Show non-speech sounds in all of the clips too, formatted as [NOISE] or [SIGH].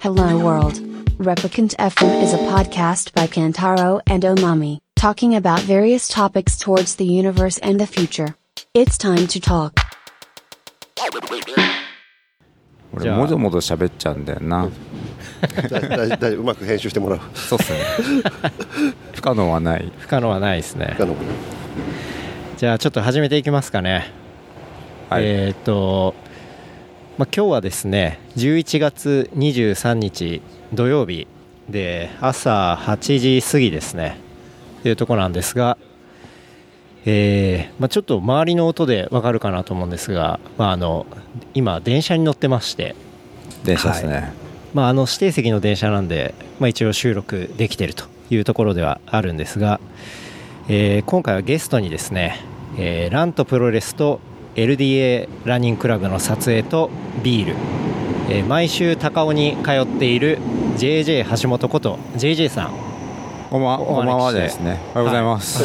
Hello World. Replicant FM is a podcast by Kantaro and Omami, talking about various topics towards the universe and the future. It's time to talk. 俺じゃあもぞもぞ喋っちゃうんだよな大大大丈夫うまく編集してもらうそうっすね不可能はない不可能はないですねあのじゃあちょっと始めていきますかねはい、えっ、と、まあ、今日はですね11月23日土曜日で朝8時過ぎですねっていうとこなんですがえーまあ、ちょっと周りの音でわかるかなと思うんですが、まあ、あの今電車に乗ってまして、電車ですね、まあ、あの指定席の電車なんで、まあ、一応収録できてるというところではあるんですが、えー今回はゲストにですね、えーラントプロレスと LDA ランニングクラブの撮影とビール、えー毎週高尾に通っている JJ 橋本こと JJ さんこんばんはこお招きんばんはですねおはようございます、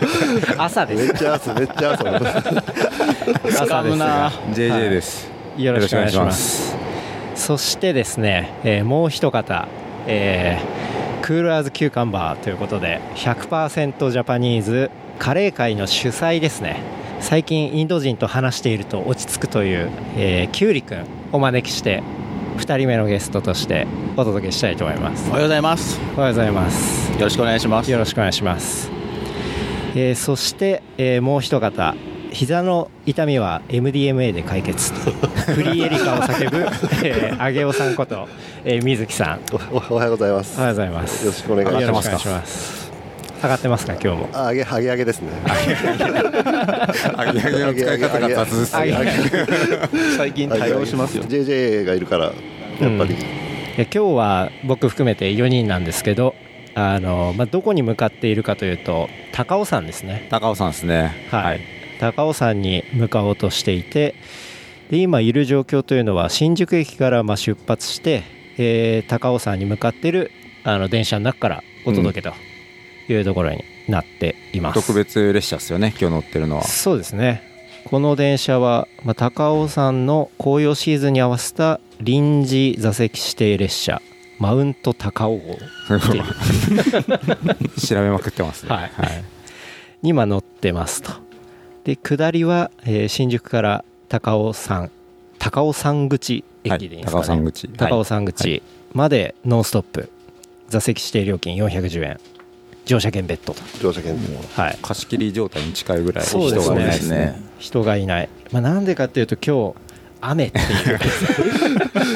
[LAUGHS] 朝でめっすちゃ朝めっちゃ朝朝ですが JJ です、よろしくお願いしますよろしくお願いしそしてですね、えーもう一方、えークールアーズキューカンバーということで100%ジャパニーズカレー会の主催ですね最近インド人と話していると落ち着くという、えーキュウリくんお招きして2人目のゲストとしてお届けしたいと思いますおはようございます。おはようございますよろしくお願いします。よろしくお願いします、えーそして、えーもう一方膝の痛みは MDMA で解 [LAUGHS] 決フリーエリカを叫ぶ、えー、あげおさんこと、えー、水木さんおおおはようございますおはようございますよろしくお願いしますよろしくお願いします上がってますか今日もああげハゲハゲですねますアゲアゲの使い方が雑ですあげね最近対応しますよ。 JJ がいるからやっぱり、え今日は僕含めて4人なんですけどあの、まあ、どこに向かっているかというと高尾山ですね高尾さんですねはい、高尾山に向かおうとしていてで今いる状況というのは新宿駅からまあ出発して、えー高尾山に向かってるあの電車の中からお届けというところになっています、特別列車ですよね今日乗ってるのはそうですねこの電車は、まあ、高尾山の紅葉シーズンに合わせた臨時座席指定列車マウント高尾号っていう調べまくってますねはいに今乗ってますとで下りは、えー新宿から高尾山高尾山口駅でいいんですか、はねい高尾山口高尾山口までノンストップ、座席指定料金410円乗車券ベッドと、乗車券はい、貸し切り状態に近いぐらい人そうですねがいないですね人がいない、まあ、なんでかっていうと今日雨っていう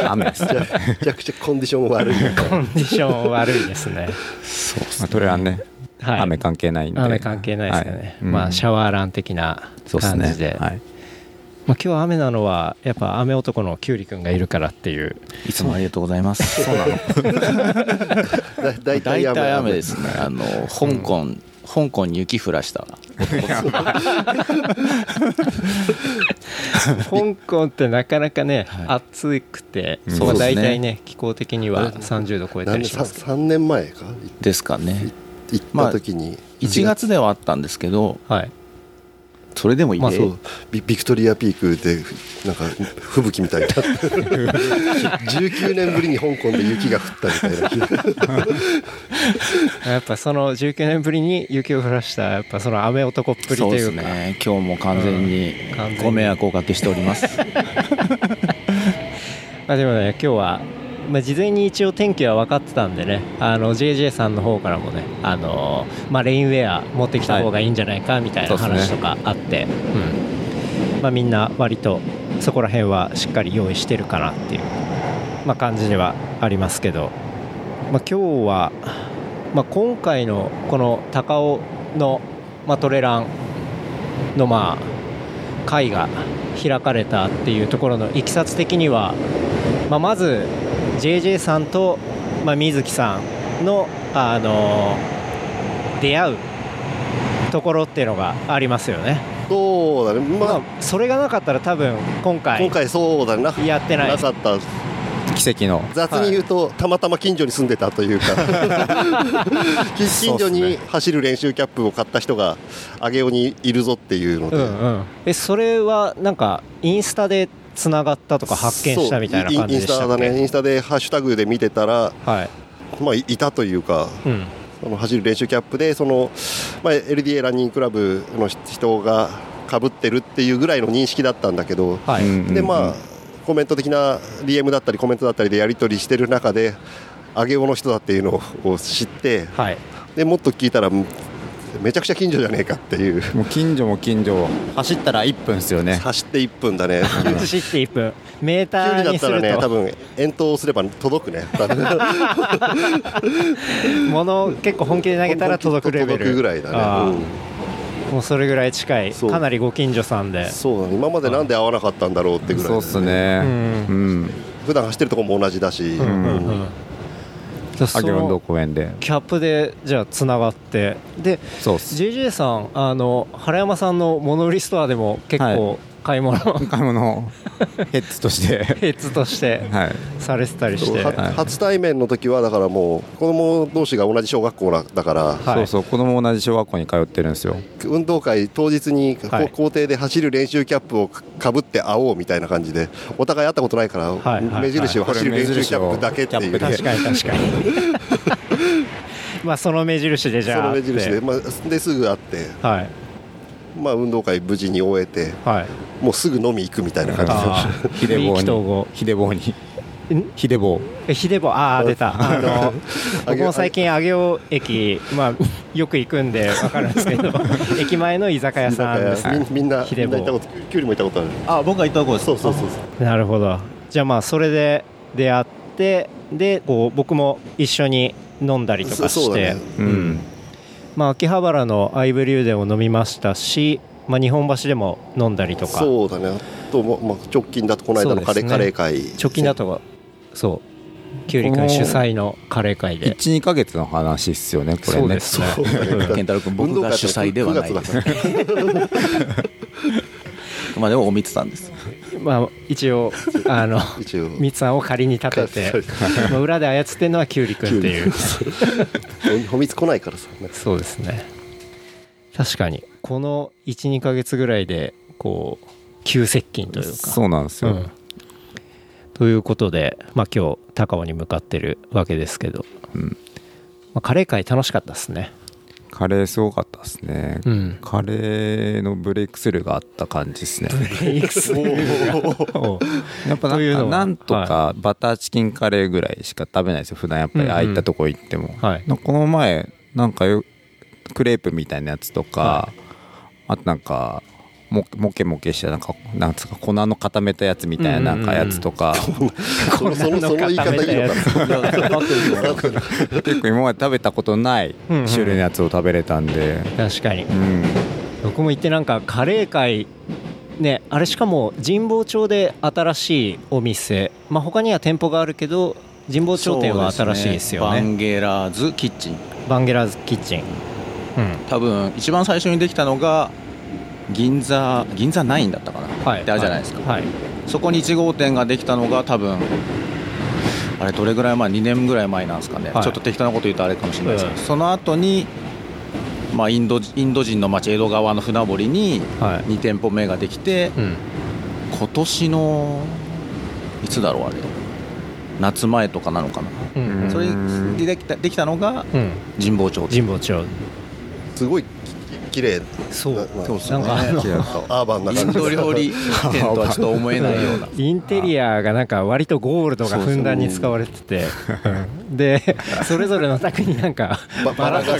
雨ですじゃ [LAUGHS] めちゃくちゃコンディション悪いコンディション悪いで [LAUGHS] すね、まあ、それはね、はい、雨関係ないんで雨関係ないですよね、はいうんまあシャワーラン的なそうです感ねじではい、まあ、今日雨なのはやっぱ雨男のキュウリくんがいるからっていういつもありがとうござい [LAUGHS] ます。そうなの。だ大大体雨体雨ですね。あの香港、香港に雪降らし香た。港ってなかなかね、はい暑くて、んまあ、そうです大ね体ね気候的には30度超えた何り年しさますけど三年前かいですかね。行った時に、 1月ではあったんですけど、はいそれでもいい、まあそそうビビクトリアピークでなんか吹雪みたいな19年ぶりに香港で雪が降ったみたいなやっぱその19年ぶりに雪を降らしたやっぱその雨男っぷりそうとでいすうかね。今日も完全にん完全にご迷惑をおかけしております。まあ、でもね今日は、まあ、事前に一応天気は分かってたんでねあの JJ さんの方からもねあのー、まあ、レインウェア持ってきた方がいいんじゃないかみたいなそうで話すとねかあって、うんまあ、みんな割とそこら辺はしっかり用意してるかなっていう、まあ、感じではありますけど、まあ、今日は、まあ、今回のこの高尾の、まあ、トレランのまあ会が開かれたっていうところのいきさつ的には、まあ、まず JJ さんと、まあ、水木さんの、あの出会うところっていうのがありますよね、そうだねままああ、それがなかったら多分今回今回そうだなやってないなかった奇跡の雑に言うと、たまたま近所に住んでた [LAUGHS] というか近近所そうっにす走る練習キャップを買った人が上尾にいるぞっていうのうで、んうん、えそれはなんかインスタでつながったとか発見したみたいな感じでしそたうインインスタっだけねインスタでハッシュタグで見てたらはい、まあいいたというかうん、その走る練習キャップでその、まあ、LDA ランニングクラブの人がかぶってるっていうぐらいの認識だったんだけど、はい、でまあコメント的な DM だったりコメントだったりでやり取りしてる中で上尾の人だっていうのを知ってはい、でもっと聞いたらめちゃくちゃ近所じゃねえかっていうもう近所も近所走ったら1分ですよね走って1分 [LAUGHS] だね走って1分メータ距離ーだっにすたらるね多と、分遠投すれば届くね多分物を結構 [LAUGHS] 本気で投げたら届くレベル届くぐらいだあねー、もうそれぐらい近いそうかなりご近所さんでうん、そうだね今までなんで会わなかったんだろうってぐらいだそうっすねううん普段走ってるとこも同じだし、うんうんうんじゃあそ秋運動の公園でキャップでじゃあつながってでそうっす JJ さんあの原山さんのモノ売りストアでも結構買い物、 [LAUGHS] 買い [LAUGHS] 物ヘッズとしてヘッズとしてはいされてたりそしうてははい初対面の時はだからもう子供同士が同じ小学校なだから、はいそうそう子供同じ小学校に通ってるんですよ運動会当日にこうはい校庭で走る練習キャップをかぶって会おうみたいな感じでお互い会ったことないから、はいはい目印を走る練習キャップだけっていうこれ目印を確かに確かにまあその目印でじそゃあの目印で,、ってまあ、ですぐ会って、はいまあ、運動会無事に終えてはいもうすぐ飲み行くみたいな感じであーひでぼ意気投う合にひでぼうにんひでぼうえひでぼああ出たあの上尾僕も最近上尾駅まあよく行くんで分かるんですけど駅前の居酒屋さんですなんかみみんなひみでんぼなう行ったことキュウリも行ったことあるあ僕が行ったとこですそうそうそうそうなるほどじゃあまあそれで出会ってでこう僕も一緒に飲んだりとかそしそうて、だねうんまあ、秋葉原のアイブリューデンを飲みましたし、まあ、日本橋でも飲んだりとかそうだねあと、ままあ、直近だとこの間のカレー,、そうですねカレー会直近だとそうキュウリ君主催のカレー会で12か月の話っすよねこれねそうですね健太郎君僕が主催ではない運動会だですと9月だからまあでもお見てたんですまあ、一応あの [LAUGHS] 一応ミツさんを仮に立ててまあ裏で操ってるのはキュウリ君っていうおみつ来ないか [LAUGHS] らさなんかそうですね確かにこの12か月ぐらいでこう急接近というかそうなんですよ、うんということで、まあ、今日高尾に向かってるわけですけど、うんまあ、カレー会楽しかったですねカレーすごかったですね、 [LAUGHS] うんカレーのブレイクスルーがあった感じですね [LAUGHS] やっぱなといんうのかはなんとかバターチキンカレーぐらいしか食べないですよ普段やっぱりああいったとこ行っても、はいなんかこの前なんかよクレープみたいなやつとか、はあとなんかももけもけしたなんかなんつうか粉の固めたやつみたいななんかやつとか、そのそのその言い [LAUGHS] 方いいのかな結構今まで食べたことない種類のやつを食べれたんで、確かにうん僕も行ってなんかカレー会ねあれしかも神保町で新しいお店まあ他には店舗があるけど神保町店は新しいですよバねンゲラーズキッチンバンゲラーズキッチン、多分一番最初にできたのが銀座銀座ナインだったかな、はいってあるじゃないですか、はいそこに1号店ができたのが多分あれどれぐらい前2年ぐらい前なんですかね、はいちょっと適当なこと言うとあれかもしれないですけど、えその後にまあ、インドインド人の町江戸川の船堀にはい2店舗目ができて、うん今年のいつだろうあれ夏前とかなのかうな、んそれでできたできたのがうん、神保町神保町すごい綺麗そなうまあそうですなねんかあのアーバンなイン感じド [LAUGHS] 料理店とはちょっと思えないようなインテリアがなんか割とゴールドがふんだんに使われててうんでそれぞれの宅になんか [LAUGHS] ババラが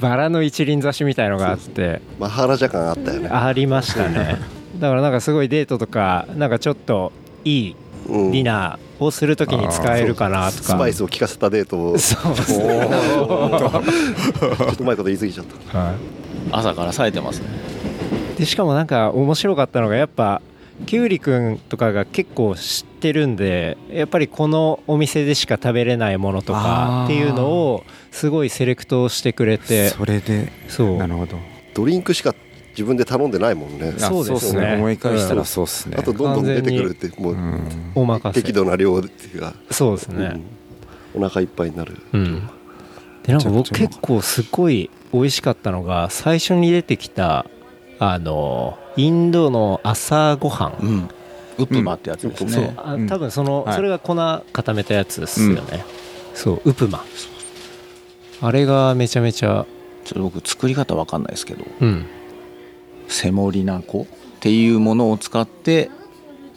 バラの一輪挿しみたいのがあってマハラジャ感あったよねありましたね [LAUGHS] だからなんかすごいデートとかなんかちょっといいうんディナーをするときに使えるかなとスかパイスを効かせたデートをちそうですねょっとうまいこと言い過ぎちゃったは朝から冴えてますねいでしかもなんか面白かったのがやっぱきゅうりくんとかが結構知ってるんでやっぱりこのお店でしか食べれないものとかあーっていうのをすごいセレクトしてくれてそれでそうなるほどドリンクしか自分で頼んでないもんねあそうですねっ思い返したらそうですね、あとどんどん出てくるってもううんお任適せ度な量っていうかそうですうねんお腹いっぱいになるうんでなんか僕めちゃくちゃうまかった結構すごい美味しかったのが最初に出てきたあのインドの朝ごはん、うんウップマってやつですそう、ね、あうん多分その、はいそれが粉固めたやつですよね、そうウプマあれがめちゃめちゃちょっと僕作り方わかんないですけどうんセモリナ粉っていうものを使って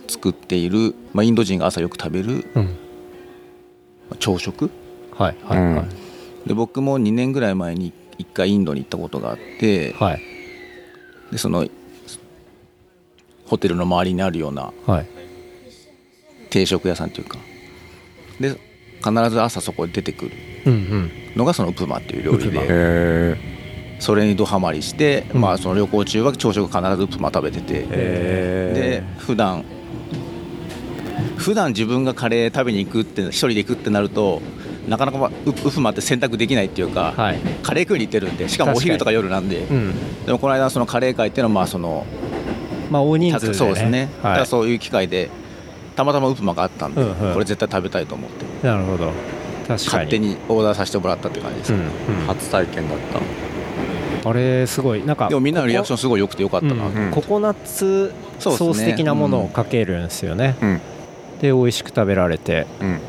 作っている、まあ、インド人が朝よく食べるうんまあ朝食はいはいはい、うんで僕も2年ぐらい前に1回インドに行ったことがあってはいでそのホテルの周りにあるようなはい定食屋さんというかで必ず朝そこで出てくるうんうんのがそのウプマっていう料理ウプマでへそれにドハマりして、うんまあ、その旅行中は朝食必ずウプマ食べてて。でえ普段普段自分がカレー食べに行くって一人で行くってなるとなかなかまあウウフマって選択できないっていうか、はいカレー食いに行ってるんでしかもお昼とか夜なんで、うんでもこの間そのカレー会っていうのはまあその、まあ大人た数で、ね、そうですね、だかはらそういう機会でたまたまウフマがあったんで、うんうんこれ絶対食べたいと思っていなるほど確か勝に手にオーダーさせてもらったって感じです、うん、うん初体験だったあれすごいなんかでもみんなのリアクションンすごい良くてよかったな、うんココナッツソそうですねース的なものをかけるんですよね、うんで美味しく食べられて、うんま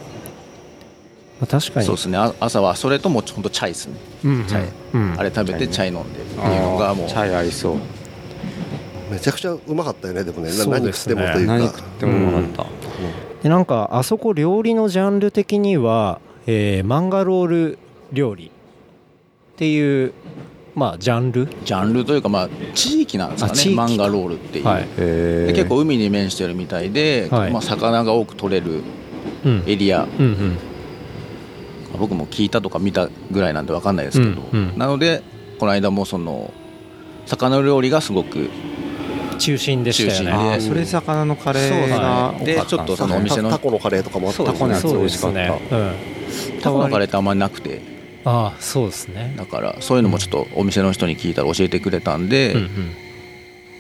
あ、確かにそうですねあ朝はそれともほんとチャイですね、うんうんチャイうんあれ食べてチャイ飲んでっていうのがもうチャイ合いそうめちゃくちゃうまかったよねでもねなそう何で食っすてねもというか何食ってもうまかっでなんかあそこ料理のジャンル的には、えーマンガロール料理っていうまあジャンル、ジャンルというか、まあ、地域なんですあか地域ねかマンガロールっていう、はいたへでえ結構海に面してるみたいで、はいまあ、魚が多く取れるうん、エリアうんうん僕も聞いたとか見たぐらいなんで分かんないですけど、うんうんなのでこの間もその魚料理がすごく中心でしたよ中心ねあーそれ魚のカレーがそうですねで多かたんすねちょっとそのお店タタコのカレーとかもあったそうですねそうで美味しかすったね、うん、タコのカレーってあんまりなくてああそうですねだからそういうのもちょっとお店の人に聞いたら教えてくれたんで、うんうん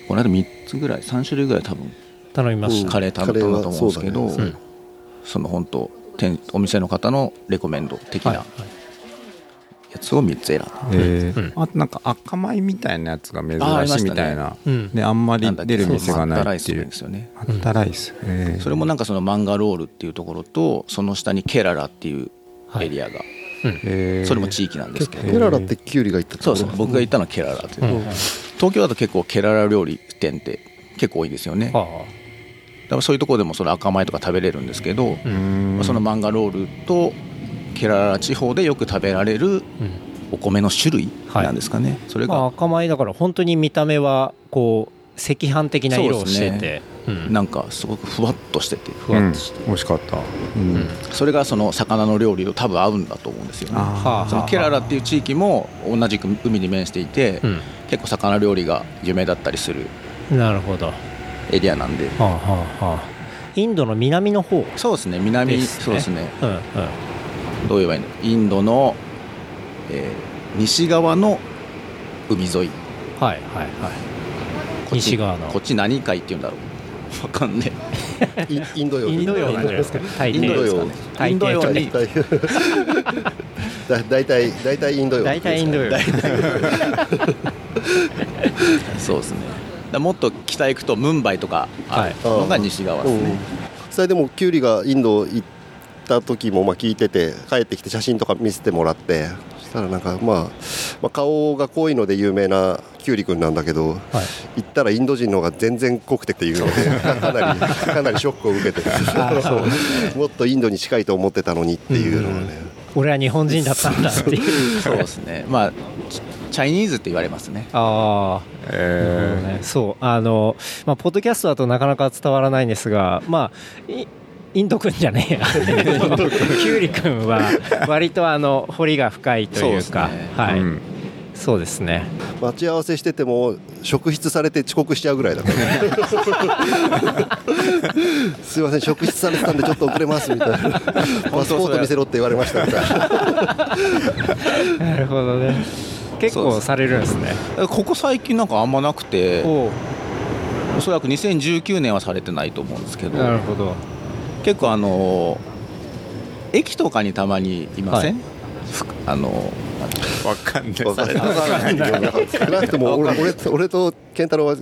この間3つぐらい3種類ぐらい多分頼みました、カレー食べたんだと思うんですけど、カレーはそそうだねの本当店お店の方のレコメンド的はいなやつを3つ選んだ、へうんーあとなんか赤米みたいなやつが珍あーありましいしたねみたいなうんであんまなりんだっけ出る店がないっていそうマッタライスうですよねマッタライスへーそれもなんかそのマンガロールっていうところとその下にケララっていうエリアが、へーそれも地域なんですけど、ケララってキュウリがいったそうそう僕が行ったのはケララっていう、東京だと結構ケララ料理店って結構多いですよねだかあらそういうところでもその赤米とか食べれるんですけど、あううんんそのマンガロールとケララ地方でよく食べられるうんお米の種類なんですかね、それまあ、が赤米だから本当に見た目はこう赤飯的な色をしてそうてでうんなんかすごくふわっとしててふわっとして、うん美味しかったうんうんそれがその魚の料理と多分合うんだと思うんですよねあーはあそのケララっていう地域も同じく海に面していて、う結構魚料理が有名だったりするん、なるほど、はエリアなんであはあはあ、インドの南の方そうですね南ですねそうですねうんうんどう言えばいいのインドの、えー西側の海沿いはいはいはいこっち西側のこっち何海っていうんだろうわかんねインインド洋インド洋なんじゃないですかえ大インド抵洋ですかねインド洋大に体だ大体大体インド洋大体インド洋そうですねだからもっと北行くとムンバイとかあるはいのが西側ですね、うんそれでもキュウリがインド行った時もまあ聞いてて帰ってきて写真とか見せてもらってそしたらなんか、まあ、まあ顔が濃いので有名なキュウリ君なんだけどはい行ったらインド人の方が全然濃くてっていうの [LAUGHS] でかなりかなりショックを受けて [LAUGHS] もっとインドに近いと思ってたのにっていうのはね俺は日本人だったんだっていうそうですねまあチチャイニーズって言われますねああなるほどねそうあの、まあ、ポッドキャストだとなかなか伝わらないんですがまあいインド君じゃねえやキュウリ君は割とあの彫りが深いというかそうですねはいうんそうですね待ち合わせしてても職質されて遅刻しちゃうぐらいだからすいません職質されてたんでちょっと遅れますみたいなパスポート見せろって言われましたみたいななるほどね結そうで構すされるんですねここ最近なんかあんまなくておうおそらく2019年はされてないと思うんですけどなるほど結構あの駅とかにたまにいません、ふあのわかんないわかんない少なくとも俺俺と俺と健太郎は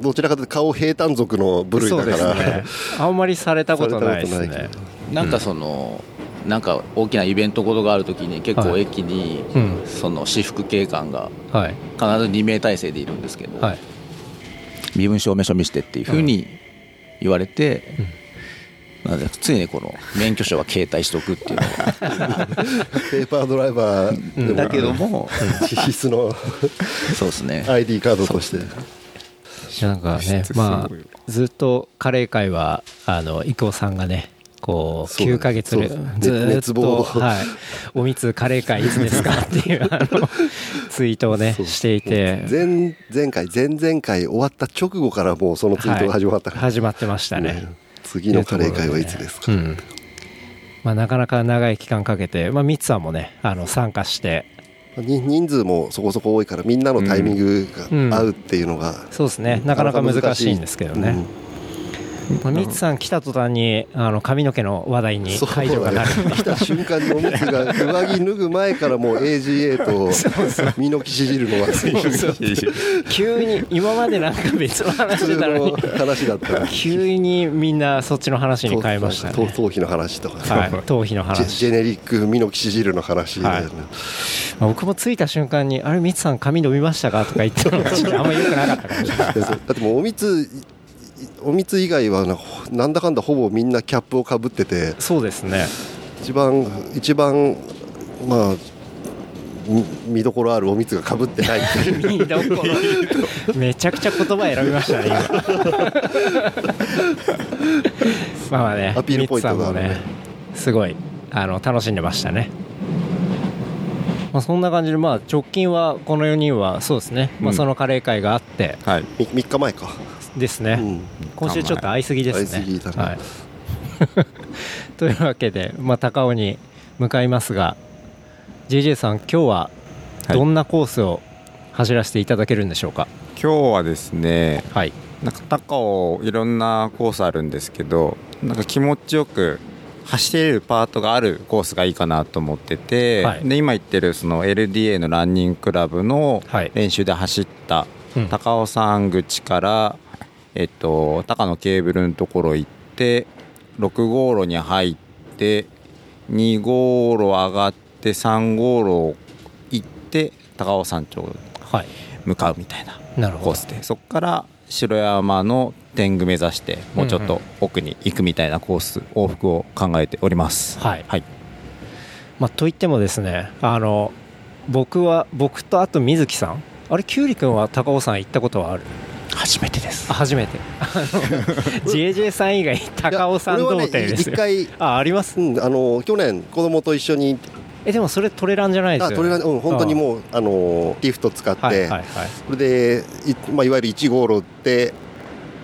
どちらかというと顔平坦族の部類そだうかでらすねあんまりされたことないでさすれたことなねいけどなんかその、なんか大きなイベントごとがあるときに結構はい駅に、うんその私服警官がはい必ず2名体制でいるんですけど、はい身分証明書見せてっていうふうに言われて、なんで常にこの免許証は携帯しておくっていう [LAUGHS] のペーパードライバーでもがだけども、必須のそうですね ID カードとしていやなんかねすごいまあずっとカレー界はあの伊藤さんがねこうそうだ9ヶ月そうだずーっ熱と、望はい、おみつカレー界いつですかっていうあ [LAUGHS] のツイートをねしていて前前回前々回終わった直後からもうそのツイートが始まったから、始まってましたねうん次のカレー会はいつですか、うんまあ、なかなか長い期間かけて、まあ、ミツさんもねあの参加してに人数もそこそこ多いからみんなのタイミングが合うっていうのが、そうですねなかなか難しいんですけどね、まあ、ミツさん来た途端にあの髪の毛の話題にそう解除がなる [LAUGHS] だね来た瞬間におむつが上着脱ぐ前からもう AGA と身のきし汁の忘れ急に今までなんか別の話し普て通たののに話だった [LAUGHS] ら急にみんなそっちの話に変えました頭ね頭皮の話とか、はい頭皮のジェ話ジェネリック身のきし汁の話、はいまあ僕も着いた瞬間に「あれミツさん髪伸びましたか?」とか言ってたのがちょっとあんまり良くなかったかもしれないだってもうおみつおみつ以外はななんだかんだほぼみんなキャップをかぶっててそうですね一番一番まあみ見どころあるおみつがかぶってないって [LAUGHS] いういいところ [LAUGHS] めちゃくちゃ言葉選びましたね [LAUGHS] 今まあまあねアピールポイントがあるねミツさんもすごいあの楽しんでましたねまあそんな感じでまあ直近はこの4人はそうですね、まあうんそのカレー会があってはいみ3日前か、ですうね、ん、今週ちょっと会いすぎですね会いすぎだなはい、 [LAUGHS] というわけで、まあ、高尾に向かいますが JJ さん今日ははいどんなコースを走らせていただけるんでしょうか今日はですねはい、なんか高尾いろんなコースあるんですけどなんか気持ちよく走れるパートがあるコースがいいかなと思ってて、はいで今言ってるその LDA のランニングクラブのはい練習で走ったうん高尾山口から、えっと、高野ケーブルのところ行って6号路に入って2号路上がって3号路行って高尾山頂はい、向かうみたいななるコほーどスでそこから城山の天狗目指してもうちょっと奥に行くみたいなコース往復を考えておりますはいはいまあ、といってもですねあの僕は僕とあと水木さんあれキュウリ君は高尾山行ったことはある初めてですあ初めてあ [LAUGHS] の JJ さん以外高尾山いや童俺はね貞ですよ、一回あありますうん、あの去年子供と一緒にえでもそれトレランじゃないですよ、あね、トレーラーうん本当にうもうあのリフト使って、はいはいはいそれでい,、まあ、いわゆる1号路行って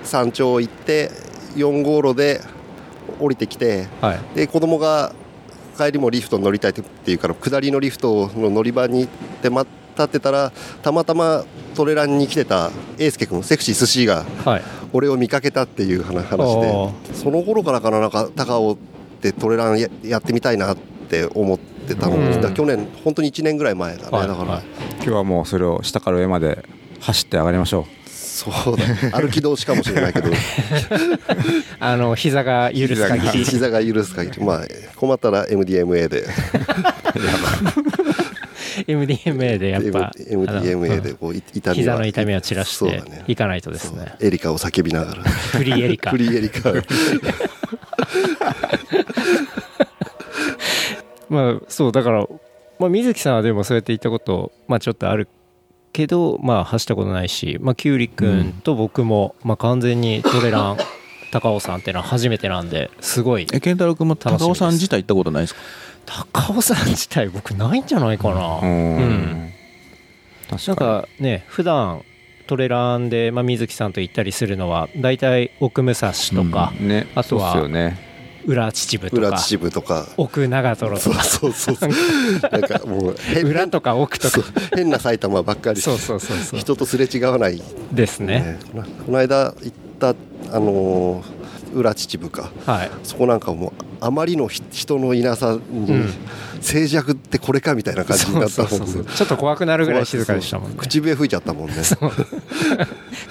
山頂行って4号路で降りてきてはいで子供が帰りもリフト乗りたいって言うから下りのリフトの乗り場に行って待立ってたらたまたまトレランに来てた英介君セクシー寿司がはい俺を見かけたっていう話おでその頃からかななんか高尾でトレランややってみたいなって思ってたの、うんだから去年本当に1年ぐらい前だね、はいだから、はい今日はもうそれを下から上まで走って上がりましょそうだ歩き通しかもしれないけどあの膝が許す限り膝が許す限りまあ困ったら MDMA で MDMA でやっぱ M- あ MDMA のでこうい痛みうん膝はの痛みを散らしそうてだねいかないとですねエリカを叫びながらフリーエリカフリーエリカまあそうだから、まあ、水木さんはでもそうやって行ったこと、まあ、ちょっとあるけどまあ走ったことないし、まあ、キュウリ君と僕も、まあ、完全にトレラン [LAUGHS] 高尾さんっていうのは初めてなんですごいえ健太郎君も楽しみです高尾さん自体行ったことないですか高尾さん自体僕ないんじゃないかなうううんんなん確かかね普段トレランで、まあ、水木さんと行ったりするのは大体奥武蔵とか、にねあとはそうっすよね裏秩父と裏か秩父とか奥長瀞とそうかそうそうそうなんかもう変裏とか奥とそうか変な埼玉ばっかりそうそうそうそう人とすれ違わない、ですねねこのこの間行ったあのー裏秩父かはいそこなんかもうあまりのひ人のいなさに、うん静寂ってこれかみたいな感じになったもんねそうそうそうそうちょっと怖くなるぐらい静かでしたもんねそう口笛吹いちゃったもんねそう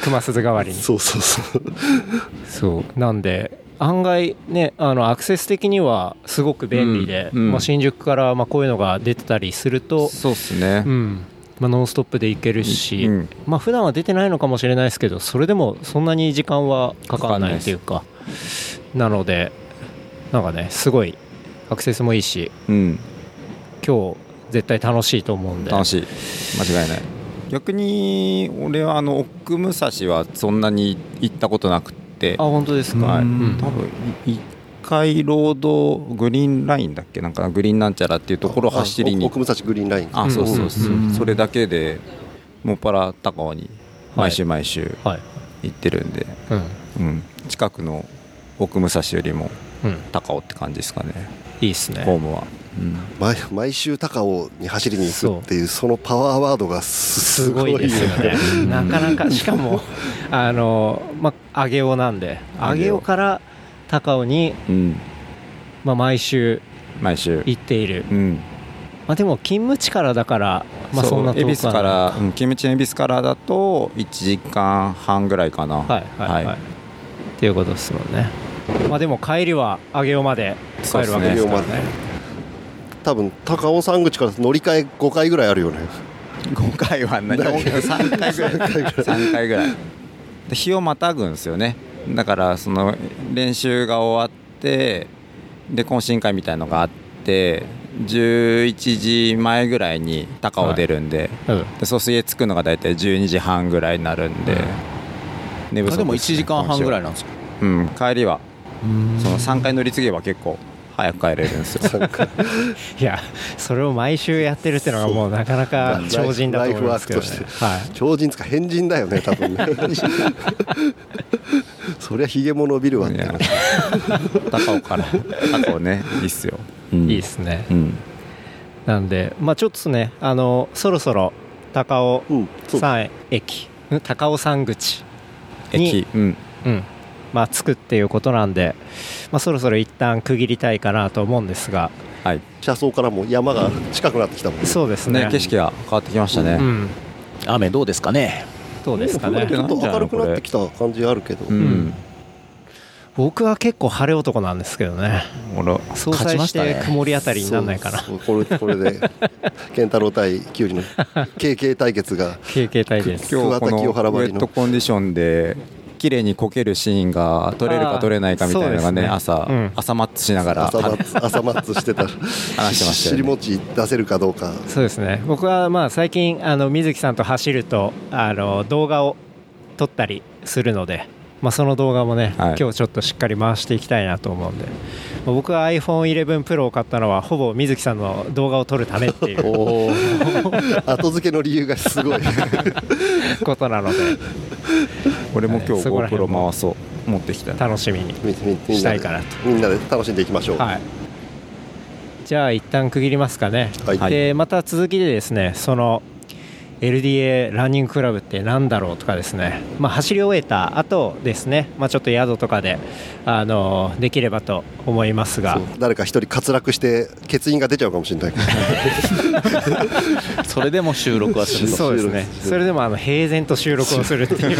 熊鈴代わりにそうそうそうなんで案外ねあのアクセス的にはすごく便利で、うんうんまあ、新宿からまあこういうのが出てたりすると、そうですねう。んまあ、ノンストップで行けるし、うんまあ普段は出てないのかもしれないですけどそれでもそんなに時間はかかんかかんなないでいっすていうかなのでなんかねすごいアクセスもいいしうん、今日絶対楽しいと思うんで楽しい。間違いない。逆に俺はあの奥武蔵はそんなに行ったことなくて、あ本当ですか、はいうん多分い一回ロードグリーンラインだっけなんかグリーンなんちゃらっていうところを走りあに奥武蔵グリーンラインあそうそうそう、うんそれだけでもっぱら高尾に毎週毎週はい行ってるんで、うんうん、近くの奥武蔵よりもうん高尾って感じですかねいいっすねホームは、毎毎週高尾に走りに行くっていうそのパワーワードがすすごいですよねなかなかしか [LAUGHS] もあのまあ上尾なんで上上尾尾から高尾に、うん、うん、まあ、毎週毎週行っている、うんまあ、でも勤務地からだから、まあ、そんなう恵比遠寿くはかないらうんキムチの恵比寿からだと1時間半ぐらいかなはいはいはい、っていうことですもんねまあでも帰りは上尾まで帰るわけですからねそうっすね多分高尾山口から乗り換え5回ぐらいあるよね5回はない3回 [LAUGHS] ぐらい3回ぐらいで日をまたぐんですよねだからその練習が終わってで懇親会みたいのがあって11時前ぐらいに高尾出るんで,、うんで総水へ着くのが大体12時半ぐらいになるんで、寝不あ足でも1すね時間半ぐらい今なんですよ週はうん帰りはその3回乗り継げば結構早く帰れるんです [LAUGHS] よいやそれを毎週やってるっていうのがもうなかなか超人だと思いますけど、ねライフワークとはい、超人つか変人だよね多分ねそりゃひげも伸びるわっいてや高尾から高尾ねいいっすよ、いいですねうんなんでまあちょっとねあのそろそろ高尾うんそう山駅ん高尾山口に駅うんうんまあ着くっていうことなんで、まあ、そろそろ一旦区切りたいかなと思うんですがはい車窓からも山が近くなってきたもんねそうですねね景色が変わってきましたね、うん雨どうですかねどうですかねちょっと明るくなってきた感じあるけど、うん、僕は結構晴れ男なんですけどね俺は総勝ち裁まししたねて曇りあたりにならないかなそうそうこれこれで [LAUGHS] 健太郎対キュウリの KK 対決が経験体で今す日こ桑田清原のばウエりのットコンディションで綺麗にこけるシーンが撮れるあかー撮れないかみたいなのがねそうですね朝、うん朝マッチしながら朝マはッツ朝マッツしてた話してましたよ尻ね餅出せるかどうかそうですね僕はまあ最近あの水木さんと走るとあの動画を撮ったりするので、まあ、その動画もね、はい今日ちょっとしっかり回していきたいなと思うんで、まあ僕は iPhone11Pro を買ったのはほぼ水木さんの動画を撮るためっていう [LAUGHS] 後付けの理由がすごいことなので俺も今はい日そこら辺 GoPro も回そう持ってきた [LAUGHS] 楽しみにみみみんなでしたいかなとみんなで楽しんでいきましょう、はいじゃあ一旦区切りますかねはいでまた続きでですねその LDA ランニングクラブってなんだろうとかですね、まあ、走り終えた後ですね、まあ、ちょっと宿とかで、あのできればと思いますがそう誰か一人滑落して欠員が出ちゃうかもしれないそれでも収録はすそうるとですねそれでもあの平然と収録をするっていう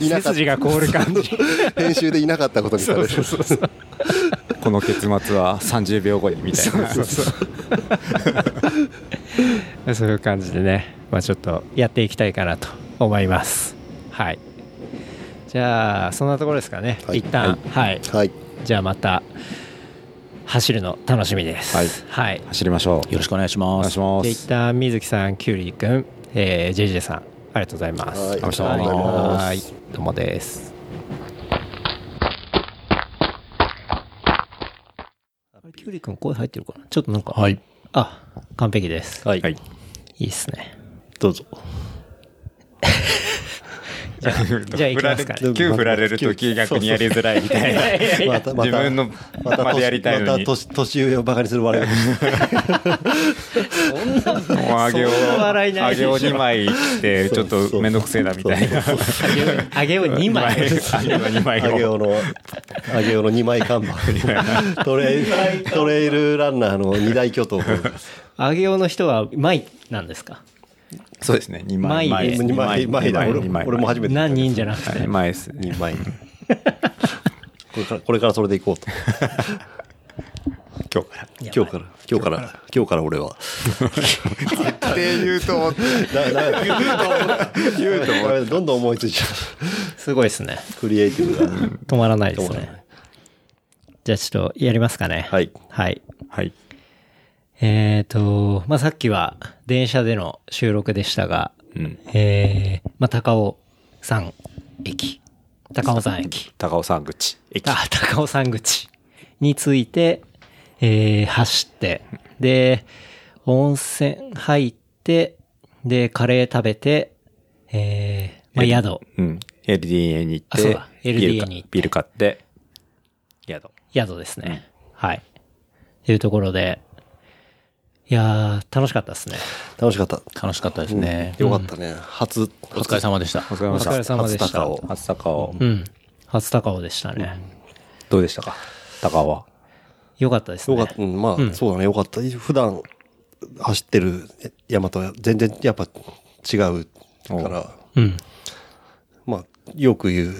いいな背かった筋が凍る感じ編集でいなかったことにされるそうそうそうそうこの結末は30秒後にみたいな [LAUGHS] そうそうそうそういう感じでね、まあ、ちょっとやっていきたいかなと思いますはいじゃあそんなところですかね、はい一旦はい、はいじゃあまた走るの楽しみですはいはい、走りましょうよろしくお願いしおま願いすしまじゃあす一旦水木さんキュウリ君、えー、JJ さんありがとうございますはいありがとうございますはいどうもですキュウリ君声入ってるかなちょっとなんかはいあ完璧ですはい、いいっすねどうぞ [LAUGHS] じゃあ、じゃあ行 [LAUGHS] きますか。でも9振られると急逆にやりづらいみたいなまたまた自分のまたまでやりたいのまたに年年上をバカにする我々もうあげをそんな笑いないあでしげょを2枚来てちょっと面倒くせえなみたいなあげを2枚。あげを2枚上げをおの上げおの2枚 [LAUGHS] 看板トレイトレイルランナーの二大巨頭あげおの人は、マイなんですかそうですね2枚枚で2枚前だ俺俺も初めて何人じゃなくて。はい前ですね2枚これからこれからそれでいこうと今日から今日から今日から今日から俺はって言うと思って [LAUGHS] なな言うと思ってなどんどん思いついちゃすごいですね。うクリエイティブが止まらないです止まらなね。じゃあちょっとやりますかね。はい。はい。はいえっ、と、まあ、さっきは電車での収録でしたが、うんえー、まあ、高尾山駅。高尾山駅。高尾山口駅あ、高尾山口について、えー、走って、で、温泉入って、で、カレー食べて、えー、まあ、宿、うん。LDA に行あっそうてだ、ビル LDA かに行ってビール買って、宿。宿ですね。はい。というところで、いやー、楽しかったですね。楽しかった楽しかったですね、よかったね初お疲れ様でしたお疲れ様おでし疲れた。様でし初た高。尾初高尾う。ん。初高尾でしたね。どうでしたか高尾は。よかったですよね。かった、うん、まあ、そうだね、よかった。普段走ってる山とは全然やっぱ違うから、うん。まあ、よく言う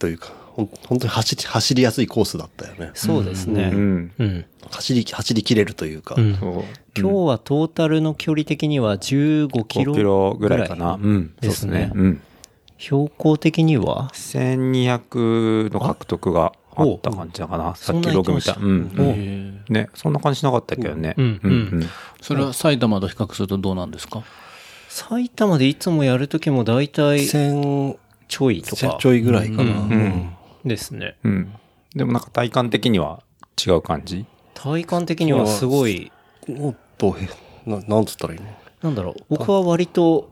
というか、ほん本当に走り走りやすいコースだったよね。そうですね。ううん。ん。走り、走り切れるというか、うんそう。今日はトータルの距離的には15キロ5キロぐらいかな。うん。そうでですすねね。うん。標高的には1200の獲得があった感じだかな。さっきログ見た。そうんなに行きましん。たね、そんな感じしなかったけどね。うんうんそれは埼玉と比較するとどうなんですか埼玉でいつもやるときも大体1000ちょいとかちょいぐらいかな。うんですね。うん。うん。でもなんか体感的には違う感じ体感的にはすごい、もっと、へななんつったらいいのなんだろう、僕は割と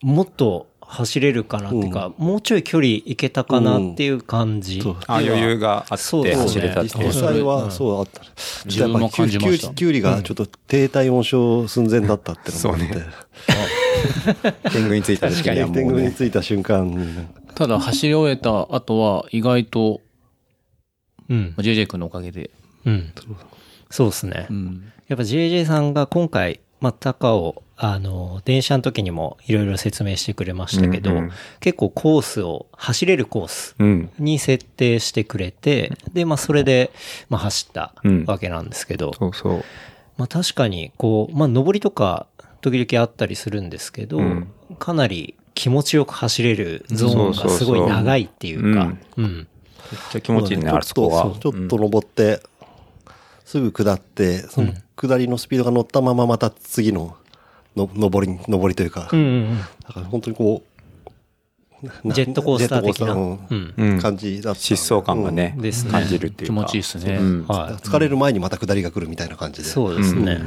もっと走れるかなっていうか、もうちょい距離行けたかなっていう感じ。そうあ、余裕があっそうでてすね走れたってい実う。際はそうあった。ちょっとやっぱ自分も感じまキュしたウリキュウリキュウリがちょっと低体温症寸前だったってのもあって。そうね天狗についた時にはも天う狗にね。着いた瞬間になんかただ走り終えた後は意外とうんまあ。JJ 君のおかげで、うん。そうですね。うん、やっぱ JJ さんが今回、まあ、高尾、あの、電車の時にもいろいろ説明してくれましたけど、うんうん結構コースを、走れるコースうん。に設定してくれて、で、まあ、それで、まあ、走ったうんわけなんですけど、そうそう。まあ、確かに、こう、まあ、上りとか、時々あったりするんですけど、うんかなり気持ちよく走れるゾーンそうそうそがうすごい長いっていうか、うん。めっちゃ気持ちいいね、あそちょこっとは。ちょっと登って、すぐ下って、その下りのスピードが乗ったまままた次のの上りに、上りというか、うんうんだから本当にこう、なジェットコースター的なジェットコースターのうん感じだった。疾走感がねうんですね感じるっていうか気持ちいいですね、うん。はい。疲れる前にまた下りが来るみたいな感じで。そうですね。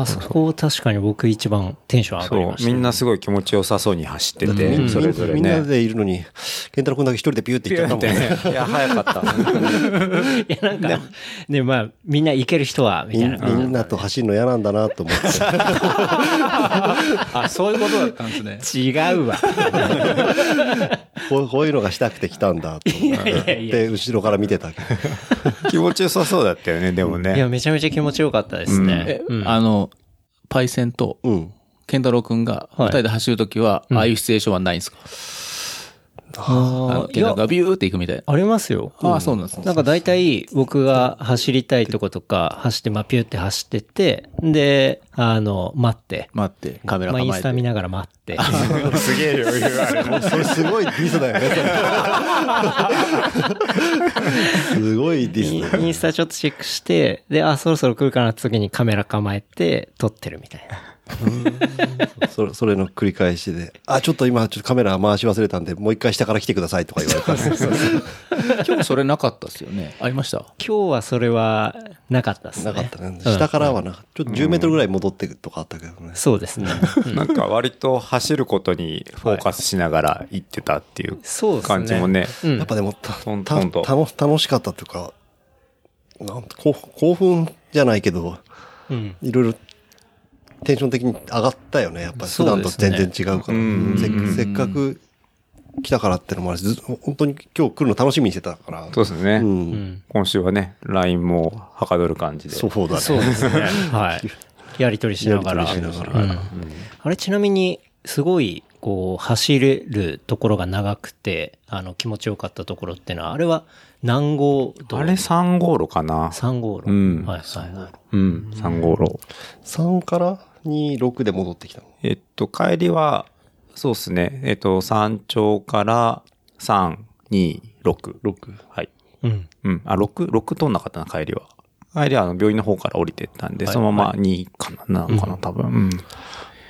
あそこ確かに僕一番テンション上がりそまうしみた。んなすごい気持ちよさそうに走ってて、みんそれぞれみんなねでいるのに、健太郎君だけ一人でピューって行っちゃったもんね。 [LAUGHS] いや早かったいやなんか、ね、まあ、みんな行ける人は、みみたいんな。みんなと走るの嫌なんだなと思って。 [LAUGHS] あそういうことだったんですね違うわ。こうこういうのがしたくて来たんだと思っいやて。いやで、後ろから見てたけど。 [LAUGHS] 気持ちよさそうだったよねでもいや、ねめちゃめちゃ気持ちよかったですね [LAUGHS] え。あのパイセンとうん。健太郎君がはい二人で走るときは、ああいうシチュエーションはないんですか、ああーいの健太や郎がビューっていくみたいなありますよ。ああそうなんですねなんか大体僕が走りたいとことか走って、まあピュって走ってって、で、あの、待って。待ってカメラまあ構えイて、ンスタ見ながら待って。すげえ余裕ある [LAUGHS] それすごいディスだよね。 [LAUGHS] すごいディスだよ。インスタちょっとチェックして、で、あ、そろそろ来るかなって時にカメラ構えて撮ってるみたいな。それそれの繰り返しで「あちょっと今ちょっとカメラ回し忘れたんでもう一回下から来てください」とか言われたんです今日それなかったですよねありました今日はそれはなかったですねなかったねうん下からはなちょっと10メートルぐらい戻ってくとかあったけどね、そうですねなんか割と走ることにフォーカスしながら行ってたっていうそうですね感じもねうんやっぱでもたトンたトンとたの楽しかったというかなん興興奮じゃないけどうんいろいろテンション的に上がったよねやっぱりそ普う段でとすね全然違うから、うんせっうんせっかく来たからってのもあるしず本当に今日来るの楽しみにしてたからそうですね、うんうん今週はね LINE もはかどる感じでそうだねそうですねはいやり取りしながらやり取りしながうらんあれちなみにすごいこう走れるところが長くてあの気持ちよかったところってのはあれは何号道あれ3号路かな3号路、うんはいはいはいうん3号路3から26で戻ってきたのえっと帰りはそうですねえっと山頂から326はいうんうんあ六六通んなかったな帰りは帰りはあの病院の方から降りてったんで、そのまま2かな、なのかな、多分。うん。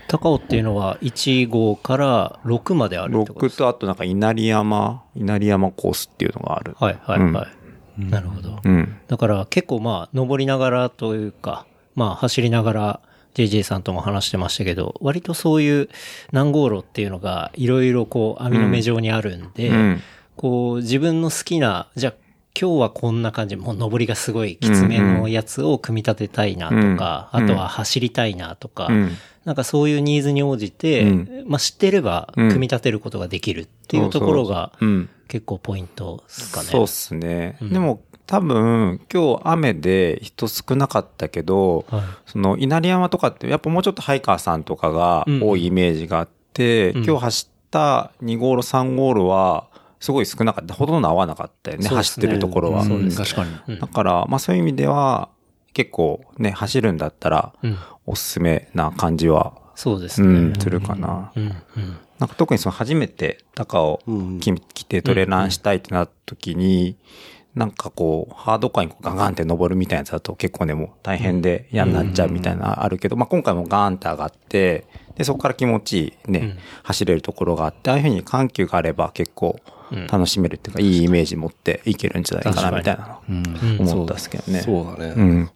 高尾っていうのは1号から6まであるってことで6すとあとなんか稲荷山、稲荷山コースっていうのがある。はいはいはい、なるほど、うん。だから結構まあ登りながらというかまあ走りながら JJ さんとも話してましたけど割とそういう南郷路っていうのがいろいろこう網の目状にあるんで、うんこう自分の好きなじゃあ今日はこんな感じもう登りがすごいきつめのやつを組み立てたいなとか、うんあとは走りたいなとか、うんなんかそういうニーズに応じて、うんまあ知ってればうん組み立てることができるっていうところがうん。結構ポイントですかね。そうっすね。うんでも多分今日雨で人少なかったけど、はいその稲荷山とかってやっぱもうちょっとハイカーさんとかがうん多いイメージがあって、うん今日走った2号路3号路はすごい少なかった。ほとんど合わなかったよね、そうっ走すっねてるところは。うんうん確かにうんだから、まあそういう意味では結構ね、走るんだったらうんおすすめな感じは、そうですうね。ん、するかな。うんうんなんか特にその初めて高尾うんき来てトレランしたいってなった時に、なんかこう、ハードカーにこうガガンって登るみたいなやつだと結構ね、もう大変で嫌になっちゃうみたいなのあるけど、まあ今回もガーンって上がって、で、そこから気持ちいいね、うん走れるところがあって、ああいうふうに緩急があれば結構うん楽しめるっていうか、いいイメージ持っていけるんじゃないかなみ確たかいになうんうんの思ったんですけどね。そうだね、うん。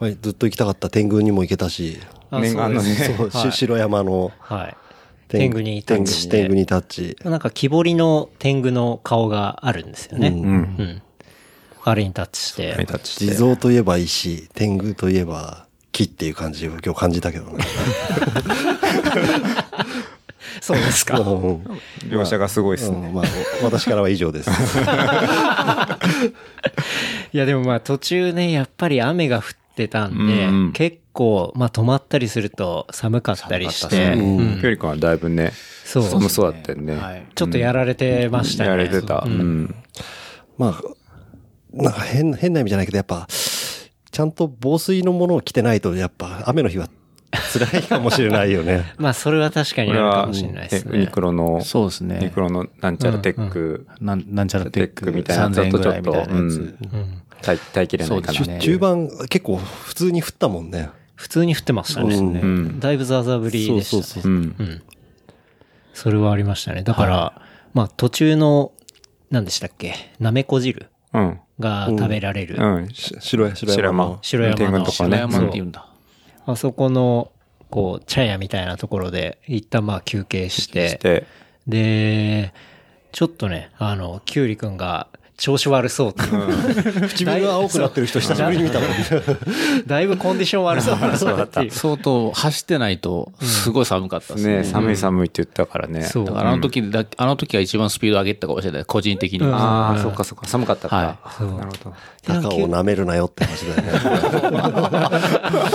まあずっと行きたかった天狗にも行けたし、あ念願のねそうですそうはいし白山のはい。天狗にタッチして天狗にタッチなんか木彫りの天狗の顔があるんですよね。うんうん。うん。あれにタッチして。目立ちして地蔵といえば石天狗といえば木っていう感じを今日感じたけどねそうですか。うん描写がすごいですうねん。まあ私からは以上 [LAUGHS] ですいやでもまあ途中ね、やっぱり雨が降ってたんで、うんうん結構、まあ止まったりすると寒かったりしうて、んううんん距離感はだいぶね、そう寒そうだったよね。はいちょっとやられてましたね。やれてた。ううんん。まあなんか変変な意味じゃないけどやっぱちゃんと防水のものを着てないとやっぱ雨の日は辛いかもしれないよ [LAUGHS] ねまあそれは確かにこあれるかは、もしれないですユニね。クロの、そうですねユニクロのなんちゃらテック、なんなんちゃらテッテッククみたいなやつだ3000と円ぐちょらっいみとたいなやうつ、んうん耐え耐えきれないかそなうですね中盤結構普通に降ったもんね普通に降ってましたね。ううんんだいぶザーザー降りでしたね。そうそううそんう。ん。それはありましたね。だから、まあ途中の、何でしたっけ、なめこ汁うん。が食べられる。うん。し白山白の山。白山の天狗とか白ね。山って言うんだあそこの、こう、茶屋みたいなところで、一旦まあ休憩して、して、で、ちょっとね、あの、きゅうりくんが、調子悪そうって、唇が青くなってる人久しぶりに見たもんね [LAUGHS] だいぶコンディション悪そうだなっていう。相当走ってないとすごい寒かったですね,、ね、寒い寒いって言ったからね。そうだからあの時だ、あの時が一番スピード上げてたかもしれない個人的には、ああ、そっかそっか。寒かったから。そうなるほど。 [LAUGHS] 高を舐めるなよって話だよね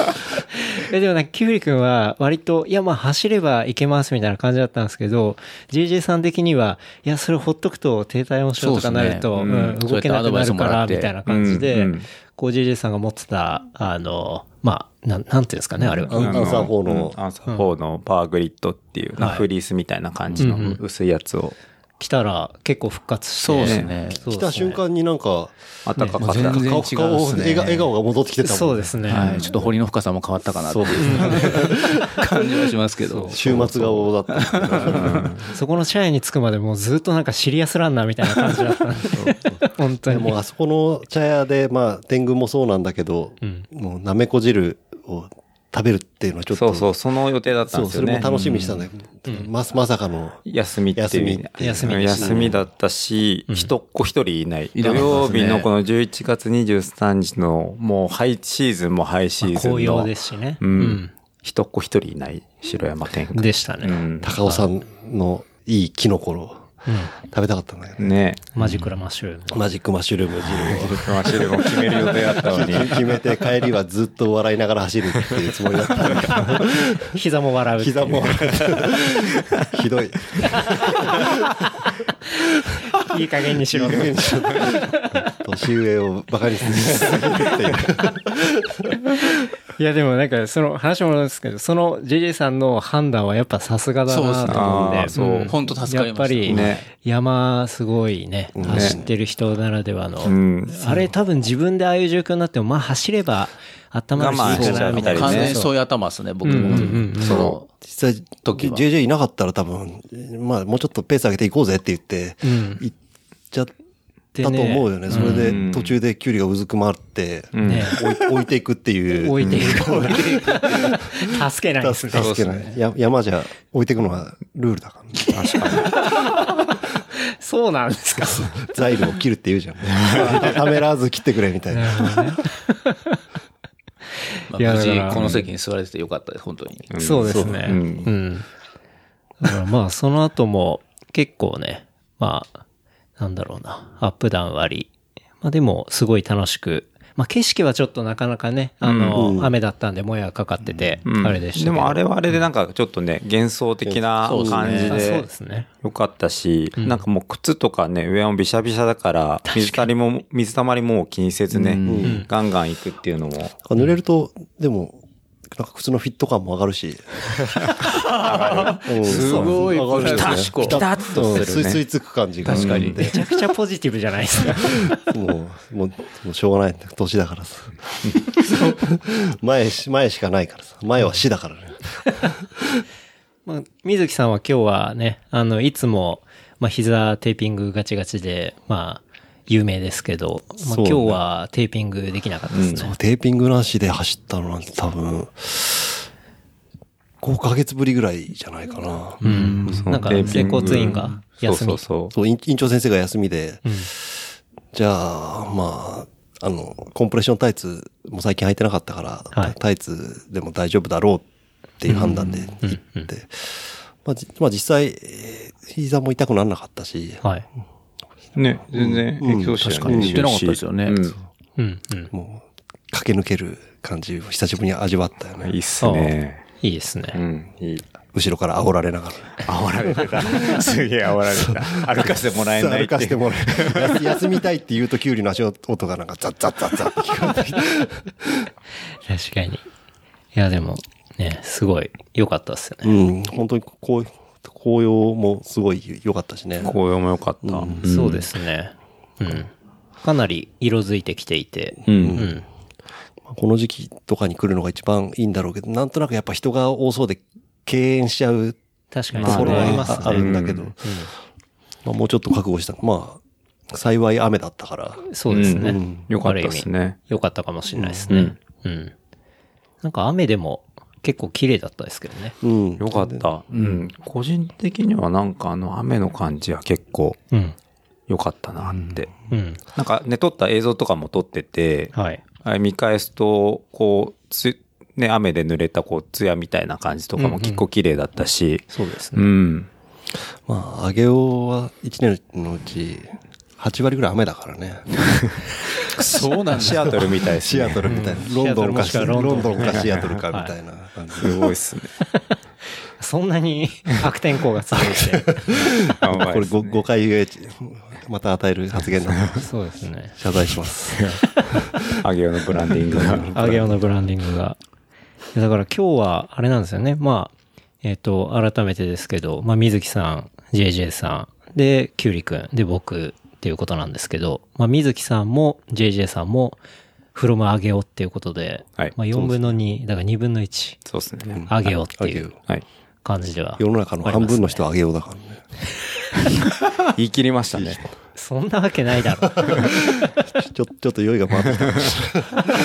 [LAUGHS] えでもなんかキュウリ君は割といやまあ走ればいけますみたいな感じだったんですけど JJ さん的にはいやそれほっとくと低体温症とかなると、そううですねうんん、動けなくなるからみそうやってアドバイスもらってたいな感じで、うんうんこう JJ さんが持ってたあのまあなんなんていうんです [LAUGHS] かねあれは、アンアンサー4うんのアンサー4のパワーグリッドっていう、なんかフリースみたいな感じのうんうん薄いやつを来たら結構復活してそうですねそう来ですねた瞬間になんか暖かかもうった全然違う顔っすね顔笑顔笑顔が戻ってきてたもんそうですね、はい、ちょっと堀の深さも変わったかなっていう [LAUGHS] 感じはしますけど。週末顔だったそこの社員に着くまでもうずっとなんかシリアスランナーみたいな感じだったんで本当でに [LAUGHS] もうあそこの茶屋でまあ天狗もそうなんだけど、うんもうなめこ汁を食べるっていうのはちょっとそうそうその予定だったんそうですそよれねも楽しみにしたんだけど、ままさかの休みっていう休みうん休みだったし、うん人っ子一人いない。い土なかった曜ですね日のこの11月23日の、もうハイシーズンもハイシーズンの。紅葉ですしね、うん人っ子一人いない、城山天うん狗。でしたうね、ん。高尾さんのいいキノコを食べたかったんだけ [LAUGHS] ど、ねマジックラマッシュルームマジックマッシュルーム汁をマシルも決める予定だった [LAUGHS] のに。決めて帰りはずっと笑いながら走るっていうつもりだったんだけど膝も笑うっていう膝もひどいいい加減にしろって年上をバカにするっていういやでもなんかその話もなんですけどその JJ さんの判断はやっぱさすがだなと思うんでそうですねあーそう本当助かりやっましたぱりね山すごいね走ってる人ならではの、うん。あれ多分自分でああいう状況になってもまあ走れば頭まるしいいかなみたいな完全我慢しちゃうみたいなにねそういう頭ですね、僕うんうもんうんうん。その、実際、時は JJ いなかったら多分、まあもうちょっとペース上げていこうぜって言って、うん行っちゃったと思うよね。それうんで途中でキュウリがうずくまって、うんね置い置いていくっていう。 [LAUGHS] 置いていく置いていく助けないです助ねけ助けない、や山じゃ置いていくのはルールだから、 [LAUGHS] そうなんですかザイルを切るって言うじゃん。 [LAUGHS] ためらわず切ってくれみたいな。まいやあ無事だからこの席に座れててよかったです、本当に。そうですね。ううんん。だからまあ、その後も結構ね、まあ、なんだろうな、アップダウンあり。まあでも、すごい楽しく。まあ景色はちょっとなかなかね、あの、雨だったんで、もやがかかってて、あれでしたけど。もあれはあれでなんかちょっとね、幻想的なそうですね感じあそうでで、すね。よかったし、なんかもう靴とかね、上もびしゃびしゃだから、水たりも、水たまりも気にせずね、ガンガン行くっていうのも、濡れると、でも、なんか靴のフィット感も上がるし。 [LAUGHS] すごい上がるよねピタッこうピタッとする、ね。スイスイつく感じが。確かに。めちゃくちゃポジティブじゃないです [LAUGHS] か。もう、もう、もうしょうがない。年だからさ。前し、前しかないからさ。前は死だからね。まあ、水木さんは今日はね、あの、いつも、まあ、膝テーピングガチガチで、まあ、有名ですけど、まあ、そう今ね日はテーピングできなかったですね。テーピングなしで走ったのなんて多分、5ヶ月ぶりぐらいじゃないかな。うん。なんか、テーピ整ング骨院がそう休そみう。そう。そう、院院長先生が休みで、じゃあ、まあ、あの、コンプレッションタイツも最近履いてなかったから、はいタイツでも大丈夫だろうっていう判断で行って、まあ、じまあ実際、えー膝も痛くならなかったし、はい。ね、全然影響しない言ってなかったですよね。うん、うん。もう、駆け抜ける感じを久しぶりに味わったようんいいねっ。すね。いいですうね。ん、いい。後ろから煽られながら。煽られてた。すげえ煽られてた。歩かせてもらえない歩ってかせていう。もらえ休休みたいって言うと、キュウリの足音がなんか、ザッザッザッザッって聞こえてきて。確かに。いや、でも、ね、すごい良かったですよね。うん、本当にこう、紅葉もすごい良かったしね。紅葉も良かった。そうですね。うん。かなり色づいてきていて、うん。この時期とかに来るのが一番いいんだろうけど、なんとなくやっぱ人が多そうで敬遠しちゃう確かにとこそろれはありまはすああるね。んだけど、まあ、もうちょっと覚悟した。まあ、幸い雨だったから。そうですね。うん良かったですある意味。ね。良かったかもしれないですね。うん。なんか雨でも結構綺麗だったですけどね。うん。良かった。うん。個人的にはなんかあの雨の感じは結構うん。良かったなって。うん。なんかね、撮った映像とかも撮ってて、はい。あれ見返すと、こう、つ、ね、雨で濡れたこう、艶みたいな感じとかも結構綺麗だったし、そうですうね。 [LAUGHS] ん。まあ、上げおは1年のうち、8割ぐらい雨だからね。そうなんシアトルみたいですシアね。トルみたいな。ロンドンかシロンドンかシアトルかみたいな感じ。すごいっすね。そんなに [LAUGHS] 悪天候が続いて。ここれ 5, 5回言え、また与える発言だな。そうですね。謝罪します。アゲオのブランディングが。アゲオのブランディングが。いやだから今日はあれなんですよね。まあ、えっ、と、改めてですけど、まあ、水木さん、JJ さん、で、キュウリくん、で、僕っていうことなんですけど、まあ、水木さんも JJ さんも、フロム上げをっていうことで、はいまあ、4分の2、だから2分の1、そうですね。上げをってい上うげはい。感じでは。世の中の半分の人はあげようだからね言い切りましたね。そんなわけないだろ。 [LAUGHS] ちょちょっと酔いが回ってき [LAUGHS] た [LAUGHS]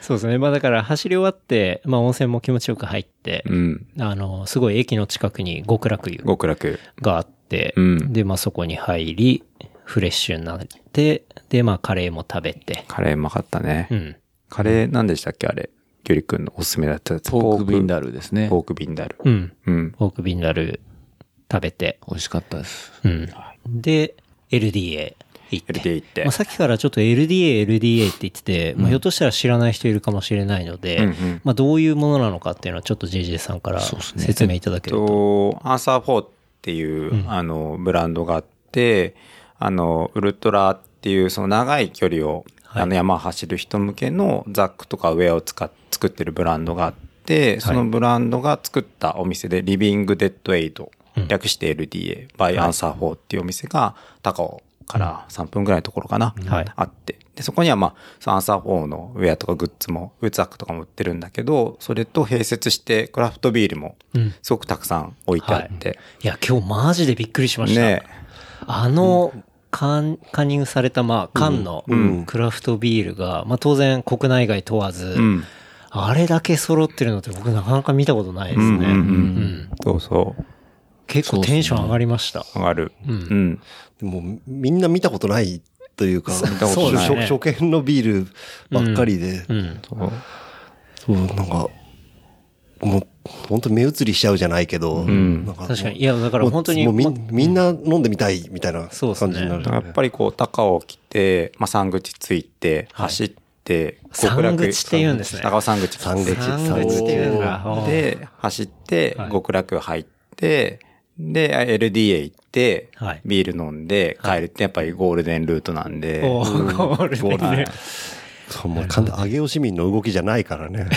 そうですね。まあ、だから走り終わって、まあ、温泉も気持ちよく入って、うん。あの、すごい駅の近くに極楽湯極楽。があって、うんで、まあ、そこに入り、フレッシュになって、で、まあ、カレーも食べて、カレーうまかったねう。ん。カレー何でしたっけあれ。きゅりくんのおすすめだったやつ。ポークビンダルですねポークビンダル。うん。うん。ポークビンダル食べて、美味しかったですうん。で、LDA 行って。 LDA 行ってまあ、さっきからちょっと LDA、LDA って言ってて、まあ、ひょっとしたら知らない人いるかもしれないので、うんうんまあ、どういうものなのかっていうのはちょっと JJ さんから説明いただけると。と、アンサー4っていう、あの、ブランドがあって、あの、ウルトラっていう、その長い距離を、はいあの、山を走る人向けのザックとかウェアを使っ作ってるブランドがあって、そのブランドが作ったお店で、リビングデッドエイド、略して LDA、バイアンサー4っていうお店が、高尾から3分ぐらいのところかな、はいあって、で、そこにはまあ、そのアンサー4のウェアとかグッズも、ウッザックとかも売ってるんだけど、それと併設して、クラフトビールもうん、すごくたくさん置いてあって。いや、今日マジでびっくりしました。ねあの、缶、加入された、まあ、缶のクラフトビールが、まあ、当然国内外問わず、うん。あれだけ揃ってるのって僕なかなか見たことないですうね。んうんう。うんんそうそう。結構テンション上がりました。上がる。うん。でもみんな見たことないというかたことない初初見のビールばっかりで、うん。そうそうなんかもう本当目移りしちゃうじゃないけど、んなんかもう確かに。いや、だから本当にもう、みまみんな飲んでみたいみたいなそうっす感ねじになる、やっぱりこう、高尾来て、まあ、山口ついて、走って、極楽山口って言うんですね高尾山口山口山口っていうんだおうで、走っては、い極楽入って、で、LDA 行ってはい、ビール飲んで帰るってやっぱりゴールデンルートなんで、おーゴールデンね。そうもう完全に上尾市民の動きじゃないからね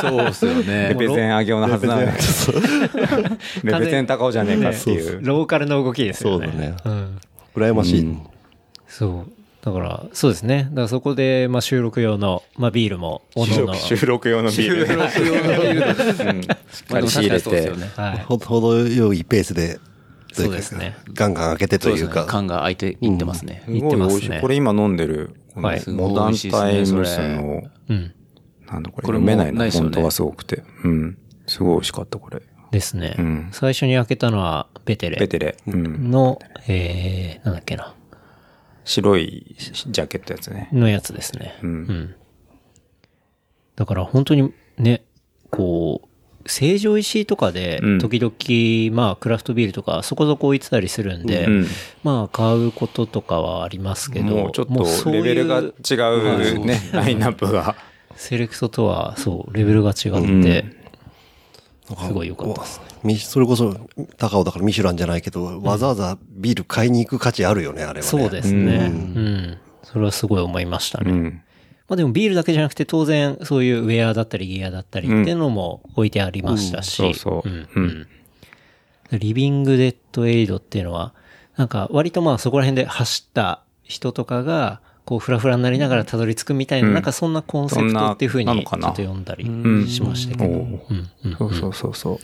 そうっすよレねペゼン上げようなはずなんだけ [LAUGHS] ど、レペゼン高尾じゃねえかっていう。ローカルの動きですよね。そうだねん。羨ましい、そう。だから、そうですね。だからそこで、まあ収録用の、まあビールも、おのおの。収録用のビール。収録用のビール。 [LAUGHS] うん。しまっかあでりも仕確か入れにそうですてよ。ねはい。ほ程よいペースでといそうですねガンガン開けてとそういですうねか缶が開いていってますね、すごい美味しい。これ今飲んでる、このはいモダンタイムスの、うん。なんだこれ、これ飲めないもうないな、ですよね本当はすごくて。うん。すごい美味しかった、これ。ですね。うん最初に開けたのは、ベテベレテレ。うん。の、えー、なんだっけな。白いジャケットやつね。のやつですね。うんうん。だから本当にね、こう、成城石井とかでうん、時々、まあ、クラフトビールとか、そこそこ置いてたりするんで、うんまあ、買うこととかはありますけど、もうちょっもうとそういレうベルが違うね、ラインナップが。セレクトとは、そう、レベルが違って、すごい良かったですね。みそれこそ高尾だからミシュランじゃないけどわざわざビール買いに行く価値あるよねあれはねそうですね。うん。それはすごい思いましたね。うん。まあでもビールだけじゃなくて当然そういうウェアだったりギアだったりっていうのも置いてありましたし。うんそうそううんうんリビングデッドエイドっていうのは、なんか割とまあそこら辺で走った人とかが、こうフラフラになりながらたどり着くみたいな、うんなんかそんなコンセプトっていうふうそんなにのちょかっなと読んだりんしましたおーけど。うんうんそうそうそうそう。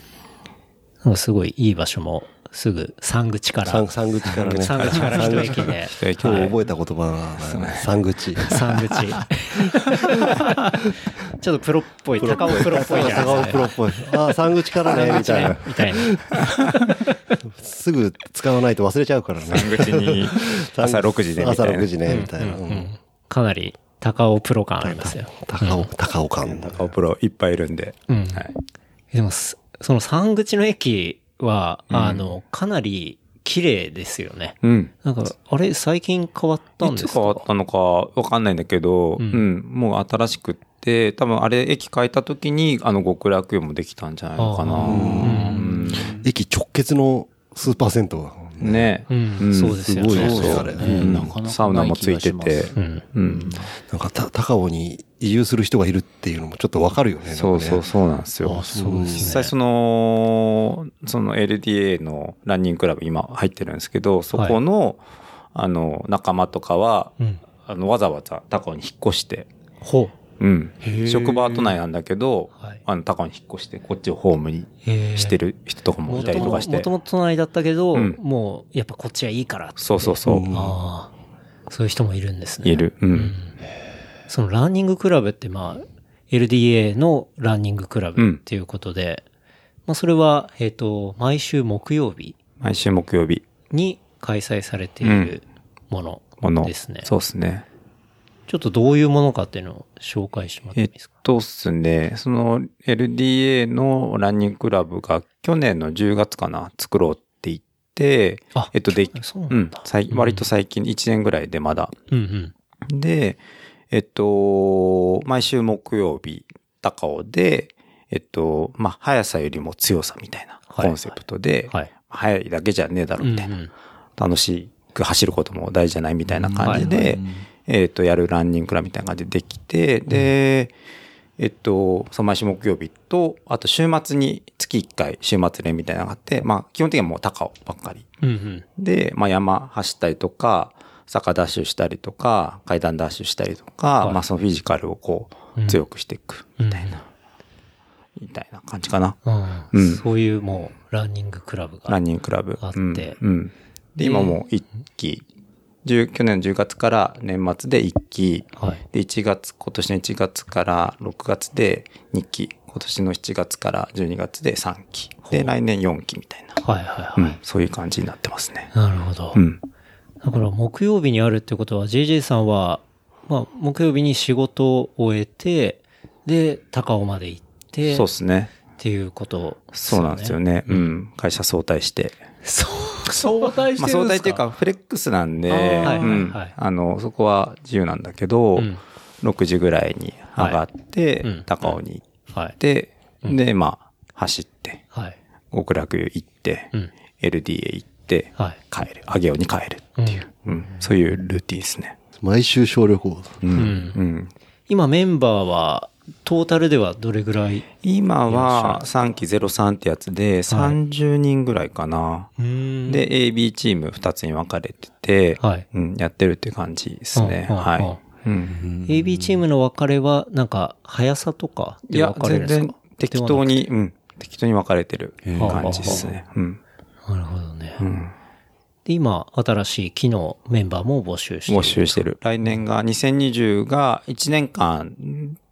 なんかすごいいい場所もすぐ山口から。三三口からね山口から一駅で。で今今日日覚えた言葉がね三口三口。ちょっとプロっぽい、高尾プロっぽいじゃない高尾ですプか。ロっぽいああ三口からねみたいなみたいな。すぐ使わないと忘れちゃうからね山口に朝6時でみた朝いな。 6時ねみたいなうんかなり高尾プロ感ありますよ。高尾高尾感高プロいっぱいいるんで。うんはい。でもす、その三口の駅は、あの、かなり綺麗ですよね。うん。なんか、あれ、最近変わったんいでつすか変わったのかわかんないんだけど、うん、もう新しくって、多分あれ駅変えた時に、あの極楽湯もできたんじゃないのかな。あーうん駅直結のスーパー銭湯だもんねねう、んそうですよねごいですよそうだねうんなかなかないサウナもついてて気がし、うんうん、なんかた高尾に移住する人がいるっていうのもちょっとわかるよね。そうそうそうなんですよ。そうです実際その、その LDA のランニングクラブ今入ってるんですけど、そこの、あの、仲間とかは、うんあの、わざわざ高尾に引っ越して、ほうんへ。ー職場は都内なんだけど、はいあの、高尾に引っ越して、こっちをホームにうしてる人とかももいたとりともかして。ともと隣だったけど、うんもうやっぱこっちはいいからってそうそうそう。ああそういう人もいるんですねいる。ううんん。そのランニングクラブってまあ LDA のランニングクラうブんっていうことで、まあそれはえっ、と毎週木曜日毎週木曜日に開催されているもものの。ですね、そうですね。ちょっとどういうものかっていうのを紹介してもらってえもっいいですかとっすね、その LDA のランニングクラブが去年の10月かな、作ろうって言って、あえっと、で、そうなんうんだ、さい割と最近、1年ぐらいでまだ。うんうんで、えっと、毎週木曜日、高尾で、えっと、まあ、速さよりも強さみたいなはいコンセプトで、はい速いだけじゃねえだろみたいな、うんうん楽しく走ることも大事じゃないみたいな感じで、えっ、と、やるランニングクラブみたいな感じでできて、で、えっと、その毎週木曜日と、あと週末に月1回週末練みたいなのがあって、まあ基本的にはもう高尾ばっかり。うんうんで、まあ山走ったりとか、坂ダッシュしたりとか、階段ダッシュしたりとか、はいまあそのフィジカルをこうんう強くしていくみたいな、うんみたいな感じかな。うんうんそういうもうランニングクラブがランニングクラブ。あってうん。うんで、今もう1期、10去年の10月から年末で1期、はいで、1月、今年の1月から6月で2期、今年の7月から12月で3期、で、来年4期みたいな、はいはいうんはい、そういう感じになってますね。なるほど、うん。だから木曜日にあるってことは JJ さんは、まあ、木曜日に仕事を終えてで高尾まで行ってそうっですね。ていうことそうなんですよね。うん。会社早退して。相対まあ、相対っていうか、フレックスなんで、あーはいうんはいはいあの、そこは自由なんだけど、うん6時ぐらいに上がって、はいうん高尾にはい行って、で、まあ、走って、はい極楽湯行って、うん LDA 行って、はい帰る。上尾に帰る。うんうん。そういうルーティンですね。毎週小旅行。うん。んうん今メンバーはトータルではどれぐらい今は3期03ってやつで30人ぐらいかな。でで、AB チーム2つに分かれてて、はいうん、やってるって感じですね。うんうんはうい。うんん、 AB チームの分かれはなんか速さとかいでや分、かれる全んです然か適当に、うん、適当に分かれてる感じですね。うん。なるほどね、んで今新しい機能メンバーも募集してる募集してる。来年が、2020が1年間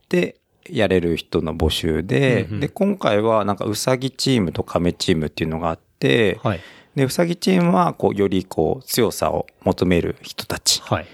でやれる人の募集で、で、今回はなんかうさぎチームと亀チームっていうのがあって、はいで、うさぎチームは、こう、よりこう、強さを求める人たちはい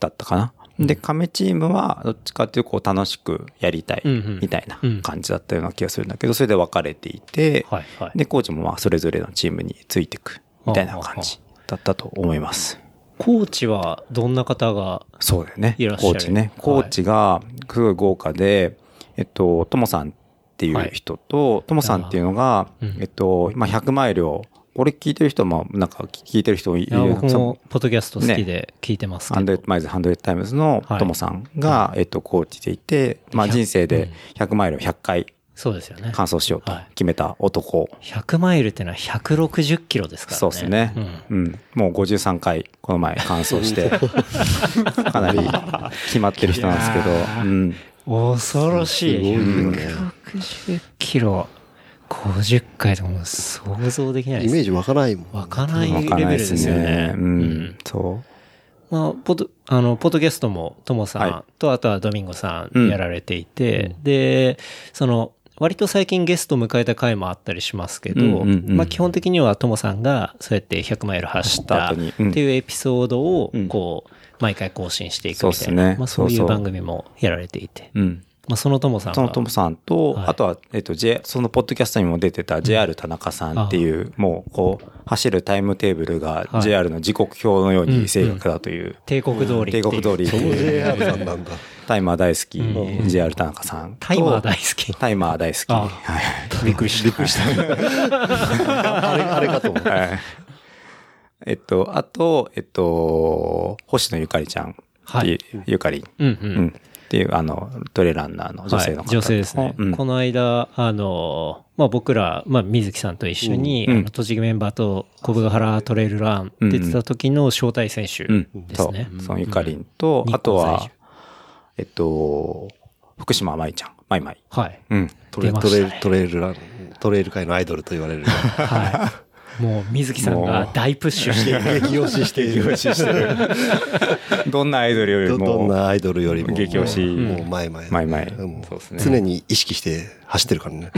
だったかな。で、亀チームは、どっちかっていうと、こう、楽しくやりたい、みたいな感じだったような気がするんだけど、それで分かれていて、はいはいで、コーチもまあ、それぞれのチームについていく、みたいな感じだったと思います。コーチはどんな方がそうだよね。いらっしゃるコーチね。コーチが、すごい豪華で、えっと、ともさんっていう人と、ともさんっていうのが、えっと、まあ、100マイルを、これ聞いてる人は、まあ、なんか聞いてる人いいやる僕そうもポッドキャスト好きで聞いてますハけンドど、レッドマイルズ、ハンドレッドタイムズのはいともさんが、えっと、コーチでいて、まあ、人生で100マイルを100回そうですよね完走しようとはい決めた男。 100マイルってのは160キロですからねそうですね、うん。もう53回、この前完走 [LAUGHS] して、かなり決まってる人なんですけど、うん。うん恐ろしい160キロ50回でも想像できないイですメージ湧かないもん。湧かないわレかんベなルいでですすよねね。ううんん。そまあ、ポッドあのポッドキャストもともさんはと、あとはドミンゴさうんんやられていて、でその割と最近ゲスト迎えた回もあったりしますけど、うんうんうんまあ、基本的にはともさんがそうやって100マイル走った走ったっ後にてうんいうエピソードをうんこう毎回更新していくみそうったすいな、ねまあ、そういそううそう番組もやられていて、う。うん。まあ、そのともさんそのがトムさんと、はいあとは、えっと、J、そのポッドキャストにも出てた JR 田中さんっていう、もう、こう、走るタイムテーブルがはい JR の時刻表のように正確だという、帝国通りってい帝う国通りっていう JR さんなんだ。タイマー大好き、JR 田中さんと。 [LAUGHS] タイマー大好きタイマー大好き。あはいびっくりしたあれ、あれかと思う。はいえっと、あと、えっと、星野ゆかりちゃんっていう、ゆかりん、うんううんん。っていう、あの、トレランナーの女性の方、はい女性ですね。うんこの間、あの、まあ、僕ら、まあ、水木さんと一緒に、うんあの栃木メンバーと小部ヶ原トレイルラン出てた時の招待選手うん、ですね。そうそのゆかりんと、うんあと日光在は住、えっと、福島舞ちゃん、舞舞。はい。うん。トレ出まトしたレねトレイルラントレイル界のアイドルと言 [LAUGHS] われるはい。もう、水木さんが大プッシュしてる。激推ししているどんなアイドルよりども、どんなアイドルよりも激推しもう前々舞舞。もそうですね常に意識して走ってるから [LAUGHS] ね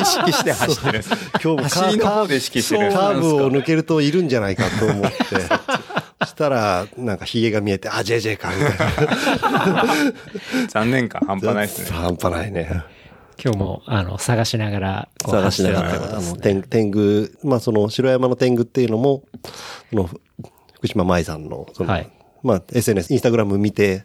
意識して走ってるんです。今日もカ走りの方で意識してる。カーブを抜けるといるんじゃないかと思って [LAUGHS] そしたらなんかヒゲが見えてあ JJ かみたい残念感半端ない [LAUGHS] なですね。半端ないね [LAUGHS] 今日も、あの、探しながら、こう探しなが走ってるら、あっての、ことですね天天狗、まあその、白山の天狗っていうのも、その、福島舞さんの、その、はいまあ SNS、インスタグラム見て、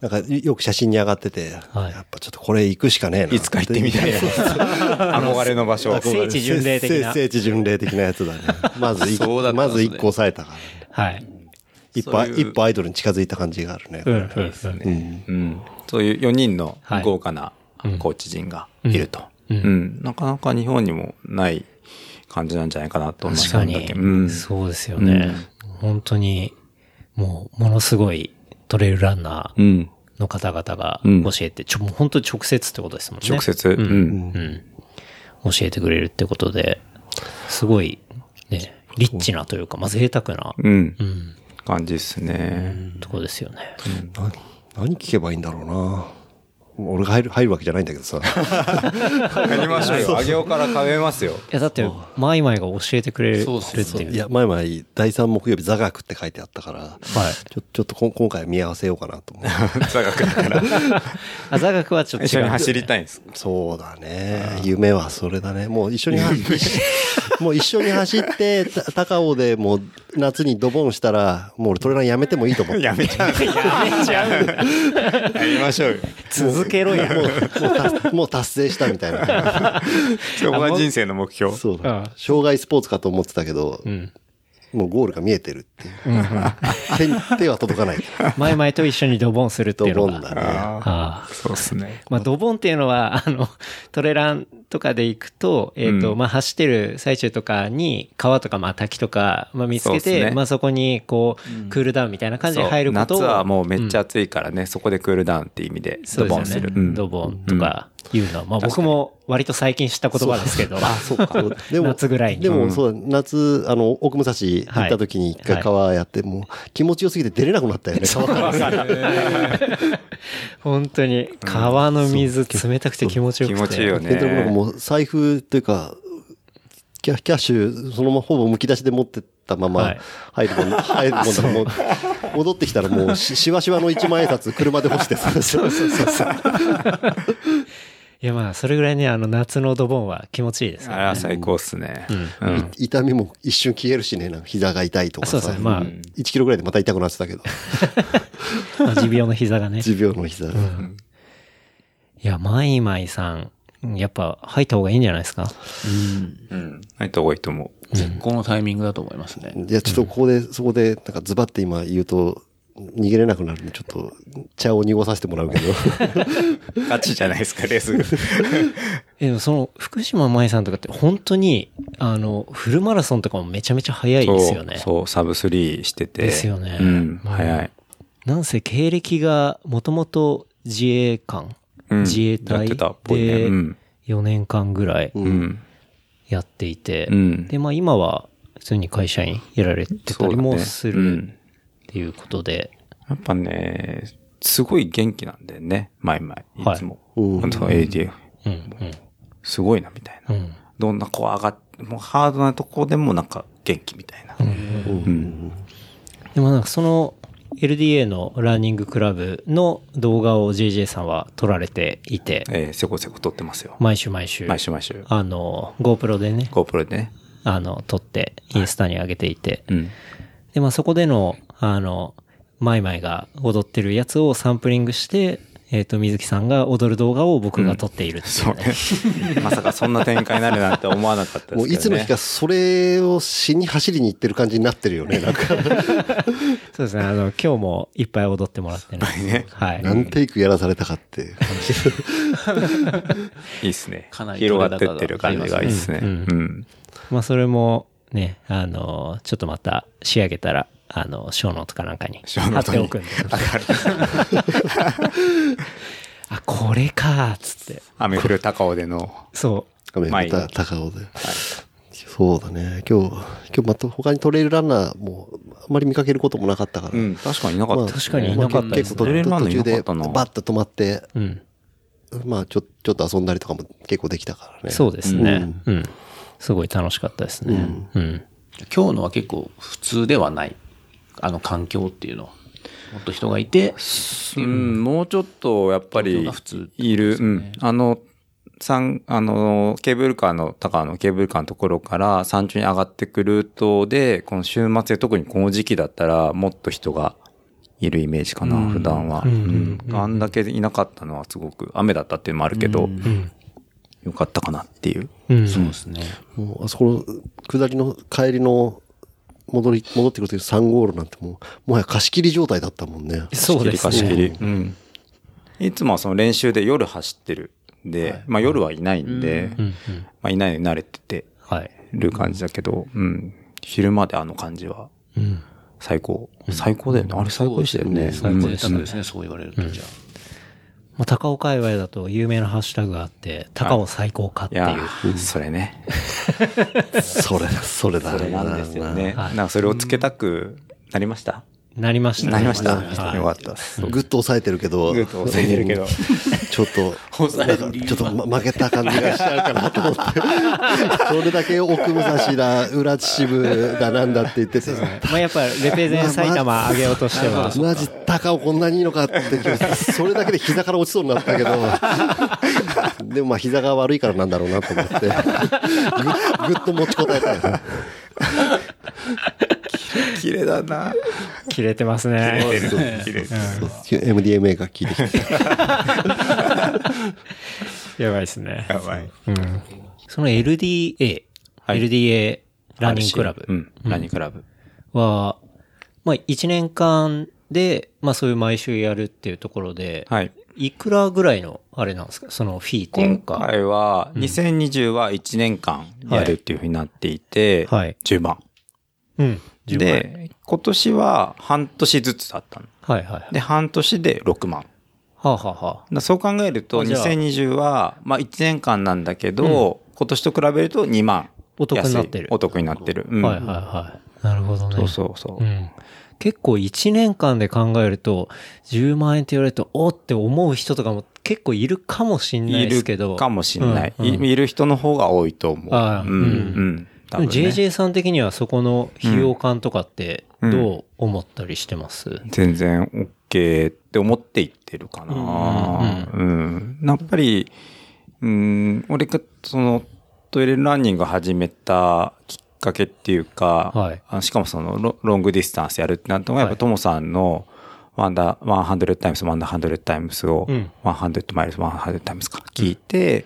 なんかよく写真に上がってて、はいやっぱちょっとこれ行くしかねえな。いつか行ってみたいな。憧れの場所。聖地巡礼的な [LAUGHS] 聖聖地巡礼的なやつだね。まず一そう個、だったまんですずね一個抑えたからね。はい。一歩、そういう一歩アイドルに近づいた感じがあるね。うん、うん、うん。うん。そういう4人のはい豪華なコーチ陣がいると。うん。なかなか日本にもない感じなんじゃないかなと思いま確す。かに、うん。そうですよね、本当に、もう、ものすごいトレイルランナうーん。の方々がうん教えて、ちょ、もう本当に直接ってことですもんね。直接。うん。教えてくれるってことで、すごい、ね、リッチなというか、まあ、贅沢な、うんう。ん、感じですね。とこですよね。何、何聞けばいいんだろうな。俺が入る、入るわけじゃないんだけどさ。やりましょうよ。上尾から通えます [LAUGHS] よ。いや、だって、マイマイが教えてくれるってそうそうそういう。いや、前々、第3木曜日、座学って書いてあったから、ちょちょっとこん今回は見合わせようかなと思 [LAUGHS] う。座学だから。あ、座学はちょっと一違緒うに。走りたいんです。そうだね。夢はそれだね。もう一緒 [LAUGHS] に走って、もう一緒に走って、た高尾でもう夏にドボンしたら、もう俺トレランやめてもいいと思って。やめちゃう。やめちゃ [LAUGHS] う。やりましょうよ。続けろや。もう、もう達もう達成したみたい [LAUGHS] な。そこが人生の目標。そううだん。障害スポーツかと思ってたけど、んもうゴールが見えてるっていう。手に手は届か [LAUGHS] ない。マイマイと一緒にドボンするっていドうのボが。ンだね。ああああ、そうですね。まあ、ドボンっていうのは、あの、トレランとかで行くと、えっ、と、うんまあ、走ってる最中とかに、川とか、まあ、滝とか、まあ、見つそうけっすて、ねまあ、そこに、こう、クールダウンみたいな感じで入ることを。そう夏はもうめっちゃ暑いからね、そこでクールダウンって意味でそドうでボンすすよねる。うんドボンとかいうのは、まあ、僕も割と最近知った言葉ですけど。あ、そうか。夏ぐらいに。でも、そうだ、夏、あの、奥武蔵行った時に一は回い川やって、もう気持ちよすぎて出れなくなっ [LAUGHS] たよね。川から [LAUGHS] 本当に、川の水、冷たくて気持ちよく気て。持ちいいよケントロね。もう財布というか、キャキャッシュ、そのままほぼむき出しで持ってったまはまい入るもん、 [LAUGHS] 入るもんだもう戻ってきたらもうし、しわしわの一万円札車で干してさ、 [LAUGHS] そうそうそう。いや、まあ、それぐらいね、あの、夏のドボンは気持ちいいですあよれは最高っすね。うん痛みも一瞬消えるしね、なんか膝が痛いとかそうさ。ですね。まあ、 1キロぐらいでまた痛くなっ [LAUGHS] てたけど、まあ持病の膝 [LAUGHS] がね。持病の膝。いや、マイマイさん、やっぱ入った方がいいんじゃないですかうん。ないとこいいと思う。絶好のタイミングだと思いますね。いや、ちょっとここで、そこで、なんかズバって今言うと、逃げれなくなるんで、ちょっと、茶を濁させてもらうけ [LAUGHS] ど。ガチじゃないですか、レース。[LAUGHS] え、でもその、福島舞さんとかって本当に、あの、フルマラソンとかもめちゃめちゃ早いですよね。そう、サブ3してて。ですよねうん、早い。なんせ経歴がもともと自衛官、うん自衛やっ隊てたっぽいねでうん4年間ぐらいうん。やっていて、うんで、まあ今は普通に会社員やられてたりもそすうだねうるんっていうことで、やっぱね、すごい元気なんだよね、毎々。いつも。うん本当 ADF。うん、うん、すごいな、みたいな。うん。どんなこう上がって、もうハードなとこでもなんか元気みたいな。うん。でもなんかその LDA のランニングクラブの動画を JJ さんは撮られていて、えー、せこせこ撮ってますよ。毎週毎週、毎週毎週。あの、GoPro でね、 GoPro でね。あの、撮って、インスタに上げていて、うん。で、まあそこでの、あの、マイマイが踊ってるやつをサンプリングして、えっ、と、水木さんが踊る動画を僕が撮っているって [LAUGHS] いそううね。ね。まさかそんな展開になるなんて思わなかったですけど、ね。もういつの日かそれをしに走りに行ってる感じになってるよね。なんか、 [LAUGHS] そうですね。あの、今日もいっぱい踊ってもらってね。はい。何テイクやらされたかっていう感じ。いいっすね。かなり広がってってる感じがいいっすね。ううんん。まあ、それも、ね、あの、ちょっとまた仕上げたら、あの、小ノートかなんかに小貼ノっートてにおくんで。 [LAUGHS] あ、これか、つって。雨降る高尾での。そ雨降った高尾で。そうだね。今日、今日また他にトレイルランナーもあまり見かけることもなかったから。うん、確かにいなかった、まあ確かにいなかったです結ね構トレイルランナーいな途か中でったなバッと止まって、う。うん。まあちょちょっと遊んだりとかも結構できたからね。そうですね。うん。すごい楽しかったですね。うん。今日のは結構普通ではない。あの環境っていうのは。もっと人がいて、うん、もうちょっとやっぱり普通いる、うん、あの、三あの、ケーブルカーの、高のケーブルカーのところから山頂に上がってくルートで、この週末で特にこの時期だったら、もっと人がいるイメージかな、普段は、うんあんだけいなかったのはすごく、雨だったっていうのもあるけど、よかったかなっていう。うん。そうですね。もうあそこの下りの帰りの戻り、戻ってくるとき3号路なんてもう、もはや貸し切り状態だったもんね。そうです貸し切ね。り貸し切りうん。いつもはその練習で夜走ってる。で、まあ夜はいないんで、まあいないのに慣れててはい。る感じだけど、うん。昼まであの感じは、最高。最高だよね。あれ最高でしたよね。最高ですね。そう言われると、じゃあ。まあ、高尾界隈だと有名なハッシュタグがあって、高尾最高かっいていやう。、それね。それ、それだそれなんですよね。はいなんかそれをつけたくなりましたなりましたねなりました。よはいかったっす。ぐっと抑えてるけど。ぐっと抑えてるけどちょっと、なんかちょっとま負けた感じがしちゃうかなと思って。それだけ奥武蔵だ、裏秩父だなんだって言ってて。まあやっぱレペゼン埼玉上げよう [LAUGHS] としては、マジ、高尾こんなにいいのかって気がして、それだけで膝から落ちそうになったけ [LAUGHS] ど、でもまあ膝が悪いからなんだろうなと思って、ぐぐっと持ちこたえたよね。綺麗だな。切れてま [LAUGHS] すね。綺麗。そう MDMA が効いてきて。やばいですね。やばい。その LDA、はい LDA ランニングクラブうん。ランニングクラブ。は、まあ1年間で、まあそういう毎週やるっていうところで、はい。いくらぐらいのあれなんですかそのフィーっていう今か。回は、2020は1年間やるっていうふうになっていて、はい10万。うん。10万円、で、今年は半年ずつだったの。はいはいはい。で、半年で6万。はあ、はあはあ、だそう考えると、あじゃあ2020は、まあ1年間なんだけど、今年と比べると2万。お得になってる安いお得になってる。うんはいはいはい。なるほどね。そうそうそうう。ん、結構1年間で考えると10万円って言われるとおーって思う人とかも結構いるかもしんないいですけるどかもしれない。うんうんいいる人の方が多いと思う。ああうん。ううんん。多分ね JJ さん的にはそこの費用感とかってうんどう思ったりしてます、全然 OK って思っていってるかな。うん。やっぱり、うん、俺がそのトイレランニングを始めたきっかけっていうか、はいあしかもそのロロングディスタンスやるってなったのが、やっはぱいトモさんのワンダー、ワンハンドレッドタイムス、ワンダーハンドレッドタイムスを、うんワンハンドレッドマイルス、ワンハンドレッドタイムスか聞いて、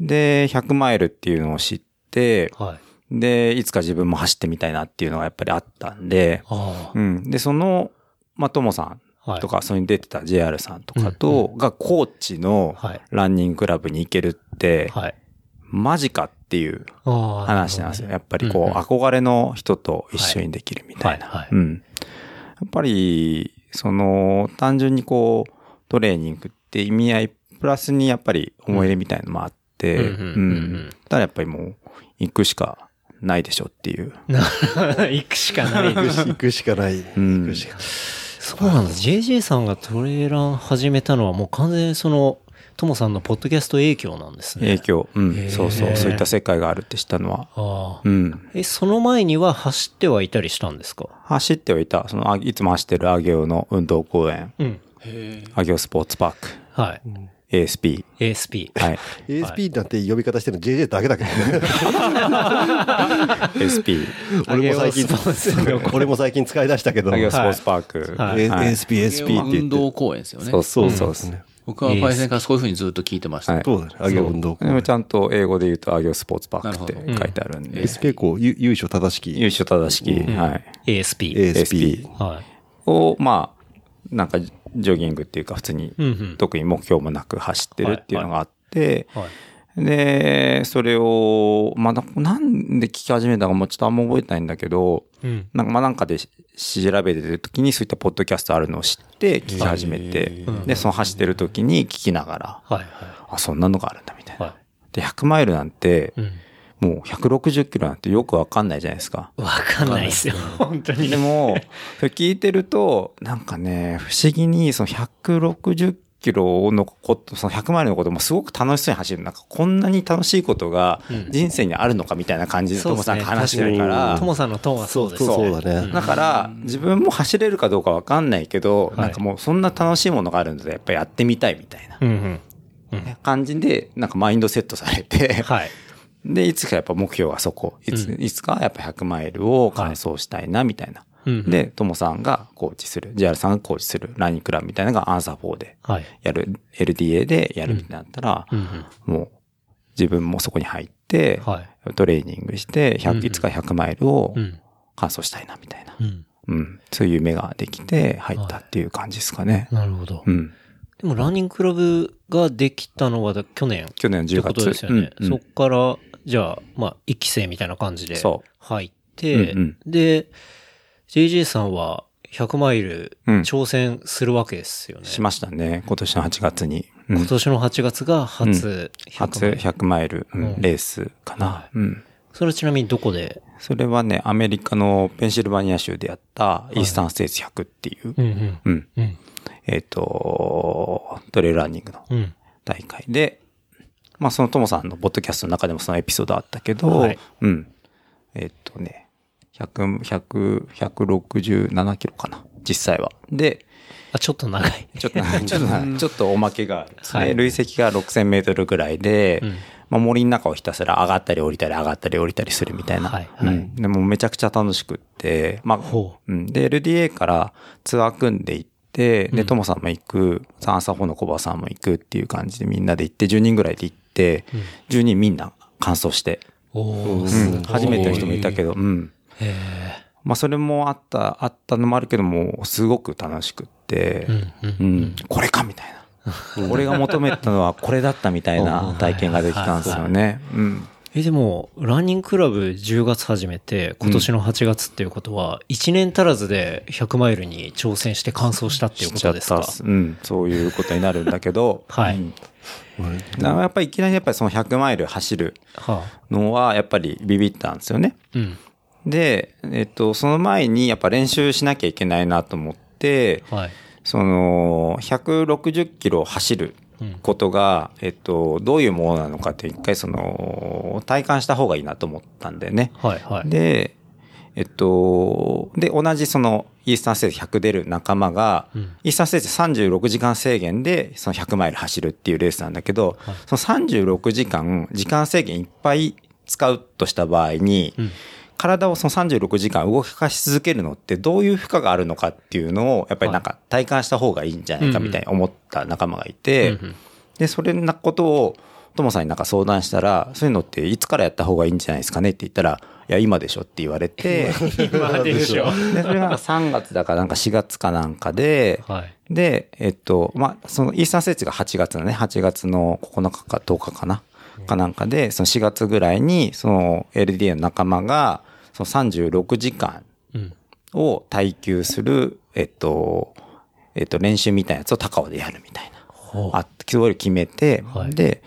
で、100マイルっていうのを知って、はい。で、いつか自分も走ってみたいなっていうのがやっぱりあったんで、あうん。で、その、まあ、ともさあ。はんい。とか、それに出てた JR さんとかと、が、高知のはいランニングクラブに行けるって、はい。マジかっていうああ。話なんですよ。やっぱりこう、うんうん憧れの人と一緒にできるみたいな。はいはいうん。やっぱり、その、単純にこう、トレーニングって意味合い、プラスにやっぱり思い入れみたいなのもあって、うんうんうんうんうんただやっぱりもう、行くしかないでしょっていう。行くしかない。行く行くしかない。ん行くしか [LAUGHS] そうなんです。JJ さんがトレーラン始めたのはもう完全にその、ともさんのポッドキャスト影響なんですね。影響。うへーん。そうそう。そういった世界があるって知ったのは。ああ。うん。え、その前には走ってはいたりしたんですか走ってはいた。その、あいつも走ってるアゲオの運動公園。うん。アゲオスポーツパーク。はい。 ASP。 ASP。 [LAUGHS] はい。 ASP なんて呼び方してるの JJ だけだけどね。 ASP。俺も最近上尾スポーツの、俺も最近使い出したけど。アゲオスポー ASP、ツパーク。はいはい ASP って言運って。動公園ですよね。そうそうそう。僕はパイセンからそういうふうにずっと聞いてました。はいそうだね。あげ運動でもちゃんと英語で言うと、アギオスポーツパークってなる書ほいてあるんで、結構ゆ由緒正しき優勝正しき、はい。 ASP。 ASP。はい。を、まあ、なんかジョギングっていうか普通にうんうん特に目標もなく走ってるっていうのがあって、はい。で、それを、まあ、ななんで聞き始めたのかもちょっとあんま覚えてないんだけど、うん。なんかまあなんかでし調べてる時にそういったポッドキャストあるのを知って聞き始めて、で、その走ってる時に聞きながら、はいはあ、そんなのがあるんだみたいい。な。はで、100マイルなんてい。う、ん。もう160キロなんてよくわかんないじゃないですか。わかんないですよ。本当に。で [LAUGHS] も、それ聞いてると、なんかね、不思議に、その160キロのこと、その100マイルのこともすごく楽しそうに走る。なんか、こんなに楽しいことが人生にあるのかみたいな感じで、ともさんが話してるか確らにト、モさんのトーンはそうですね。そうだね。だから、自分も走れるかどうかわかんないけど、いなんかもうそんな楽しいものがあるので、やっぱりやってみたいみたいなうんうん。感じで、なんかマインドセットされて、はい。で、いつかやっぱ目標はそこ。いつ、ういつかやっぱ100マイルを完走したいな、みたいな。うんうんで、ともさんがコーチする、JR さんがコーチする、ランニングクラブみたいなのがアンサー4ではい。やる、LDA でやるみたいになったら、うんうん。もう自分もそこに入って、はい。トレーニングして、うんうん100、いつか100マイルをうん。完走したいな、みたいな。うん。うん。そういう夢ができて入ったっていう感じですかね。なるほど。うん。でも、ランニングクラブができたのはだ去年っ去年のて10こと月。ですよね。うんうんそっから、じゃあ、まあ、一期生みたいな感じでそう入って、うんうんで、JJ さんは100マイルうん挑戦するわけですよね。しましたね。今年の8月に。うん今年の8月が初100初マイル、 100マイル、うんうんレースかな、うん。それはちなみにどこでそれはね、アメリカのペンシルバニア州でやったイースタンステージ100っていう、うんうん。うん。うん。えっ、と、トレイルランニングのうん。大会で、まあそのトモさんのポッドキャストの中でもそのエピソードあったけど、はいうん。えっ、とね、100、100、167キロかな、実際は。で、あ、ちょっと長い。ちょっと、ちょっと、ちょっとおまけがあるんですね、はい累積が6000メートルぐらいで、まあ、森の中をひたすら上がったり降りたり上がったり降りたりするみたいな。はいはいうんでもめちゃくちゃ楽しくって、まあ、ほうんで、LDA からツアー組んで行って、で、トモさんも行く、アンサー4のコバさんも行くっていう感じでみんなで行って、10人ぐらいで行って、10人みんな完走して、おお、うん初めての人もいたけど、うん。へえまあ、それもあった、あったのもあるけども、すごく楽しくって、うんうんうん、これかみたいな。俺が求めてたのはこれだったみたいな体験ができたんですよね。うん。 [LAUGHS] え、でも、ランニングクラブ10月始めて、今年の8月っていうことは、1年足らずで100マイルに挑戦して完走したっていうこしちゃとっですたか、っすうん、そういうことになるんだけどはいうんだからやっぱりいきなりやっぱりその100マイル走るはあ、のはやっぱりビビったんですよね。うん。で、えっと、その前にやっぱ練習しなきゃいけないなと思って、はい。その160キロ走ることが、えっと、どういうものなのかって一回その体感した方がいいなと思ったんだよね。はい、はい。で、えっと、で、同じその、イースタンステージ100出る仲間が、イースタンステージ36時間制限で、その100マイル走るっていうレースなんだけど、その36時間、時間制限いっぱい使うとした場合に、体をその36時間動かし続けるのってどういう負荷があるのかっていうのを、やっぱりなんか体感した方がいいんじゃないかみたいに思った仲間がいて、で、それなことを、ともさんになんか相談したら、そういうのっていつからやった方がいいんじゃないですかねって言ったら、いや、今でしょって言われて、 [LAUGHS] 今でしょ。で、それが3月だかなんか4月かなんかで、はい。で、えっと、まあ、そのイースタンステージが8月のね、8月の9日か10日かな、かなんかで、その4月ぐらいに、その LDA の仲間が、その36時間を耐久する、えっと、えっと、練習みたいなやつを高尾でやるみたいな。あ、それを決めて、はいで、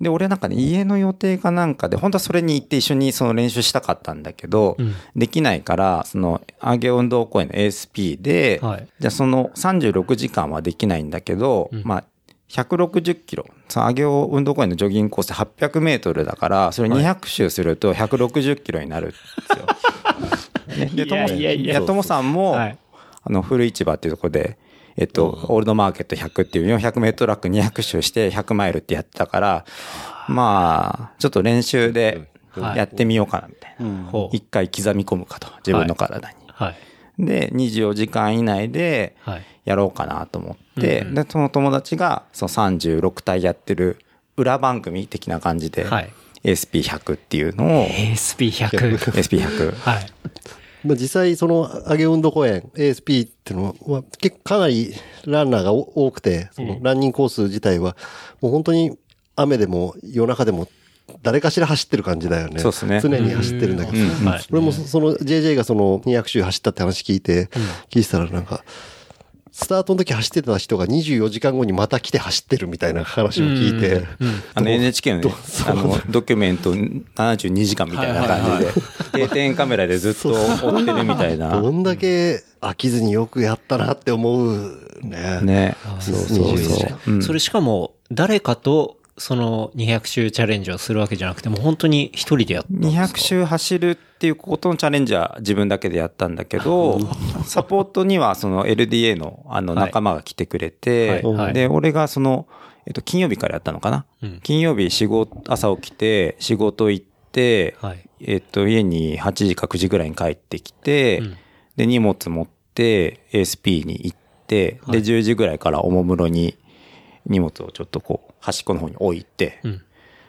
で、俺なんかね、家の予定かなんかで、本当はそれに行って一緒にその練習したかったんだけど、できないから、その、上げ運動公園の ASP で、はいじゃあその36時間はできないんだけど、まあ、160キロ、その上げ運動公園のジョギングコース800メートルだから、それ200周すると160キロになるんですよ。ねで、とも、いやともさんも、はいあの、古市場っていうとこで、えっと、オールドマーケット100っていう400メートルラック200周して100マイルってやってたから、まあ、ちょっと練習ではいやってみようかなみたいな。ほう一回刻み込むかと、自分の体に。はい。で、24時間以内ではい。やろうかなと思って、うんうんで、その友達が、その36体やってる裏番組的な感じで、はい SP100 っていうのを、 SP100。 SP100。はい。まあ、実際その上げ運動公園 ASP っていうのは結構かなりランナーがお多くてそのランニングコース自体はもう本当に雨でも夜中でも誰かしら走ってる感じだよね。そうっすね常に走ってるんだけど。うんはい。俺もそその JJ がその200周走ったって話聞いて、聞いてたらなんか、スタートの時走ってた人が24時間後にまた来て走ってるみたいな話を聞いて、あの NHK の,、ねど、そうあのドキュメント72時間みたいな感じで、定点カメラでずっと追ってるみたいな。どんだけ飽きずによくやったなって思うね。ね。そうそうそう。うんそれしかも、誰かと、その200周チャレンジをするわけじゃなくて、もう本当に一人でやったんですか200周走るっていうことのチャレンジは自分だけでやったんだけど、サポートにはその LDA のあのはい仲間が来てくれはていは、いで、俺がその、えっと、金曜日からやったのかなうん。金曜日仕事、朝起きて、仕事行って、はい。えっと、家に8時か9時ぐらいに帰ってきて、うんで、荷物持って ASP に行って、で、10時ぐらいからおもむろに荷物をちょっとこう、端っこの方に置いて、うん。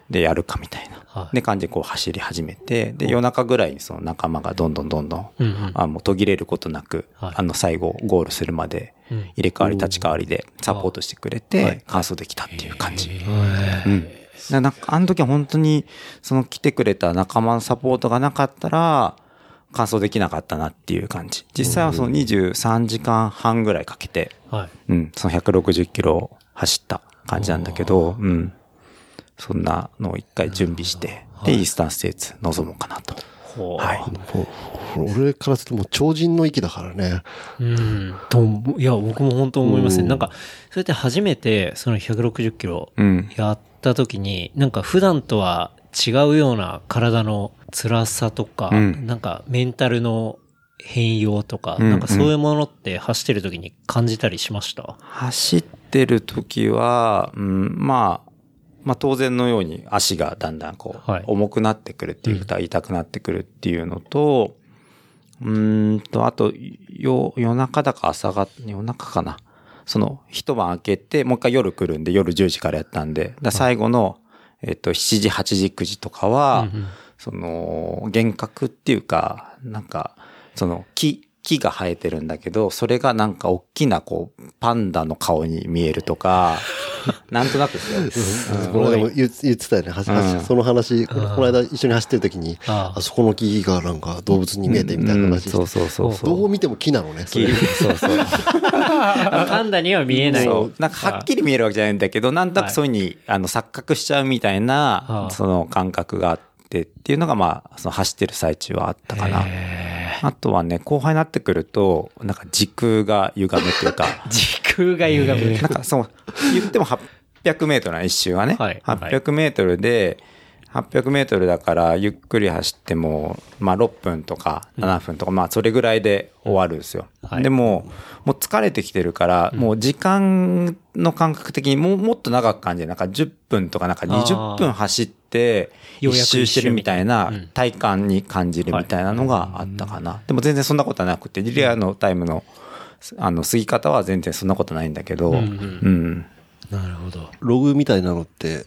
で、やるかみたいな、はいで、感じでこう走り始めて、で、夜中ぐらいにその仲間がどんどんどんどん、うんうんあもう途切れることなく、はいあの、最後、ゴールするまでうん、入れ替わり立ち替わりでサポートしてくれて、完走できたっていう感じ。うん。ななんかあの時は本当に、その来てくれた仲間のサポートがなかったら、完走できなかったなっていう感じ。実際はその23時間半ぐらいかけて、はい。うん、その160キロを走った感じなんだけど、うん。そんなのを一回準備して、で、イースタンステーツ臨もうかなと。ほうはい。もう俺からするともう超人の域だからね。うん。と思う、いや、僕も本当思いますね。なんか、そうやって初めて、その160キロうん。やった時に、なんか普段とは違うような体の辛さとか、うんなんかメンタルの変容とか、うんなんかそういうものって走ってる時に感じたりしました。走ってる時は、うん、まあ、まあ当然のように足がだんだんこうはい、重くなってくるっていうか、痛くなってくるっていうのと、うーんと、あと、よ夜中だか朝が、夜中かな。その、一晩明けて、もう一回夜来るんで、夜10時からやったんで、だから最後の、えっと、7時、8時、9時とかは、その、幻覚っていうか、なんか、その、木、木が生えてるんだけど、それがなんか大きな、こう、パンダの顔に見えるとか、なんとなくですよ。うんこの間も言って言ってたよね。はうんその話、このこの間一緒に走ってる時に、ああそこの木がなんか動物に見えてみたいなうん話してそうそうそうそう。どう見ても木なのね。それ木そうそう。あパンダには見えない。そうなんかはっきり見えるわけじゃないんだけど、なんとなくそういうふうに、あの錯覚しちゃうみたいなあ、その感覚があってっていうのが、まあ、その走ってる最中はあったかな。あとはね、後輩になってくると、なんか時空が歪むっていうか、 [LAUGHS] 時空が歪む。なんかそう、言っても800メートルな一周はね。はい800メートルで、800メートルだからゆっくり走っても、まあ6分とか7分とか、まあそれぐらいで終わるんですよ。はいでも、もう疲れてきてるから、もう時間の感覚的にもうもっと長く感じる。なんか10分とかなんか20分走って、一ようやく周してるみたいな一周み体感に感じるみたいなのがあったかな。でも全然そんなことはなくて、リレアのタイムの、あの、過ぎ方は全然そんなことないんだけど、うん、なるほど。 [LAUGHS] ログみたいなのって、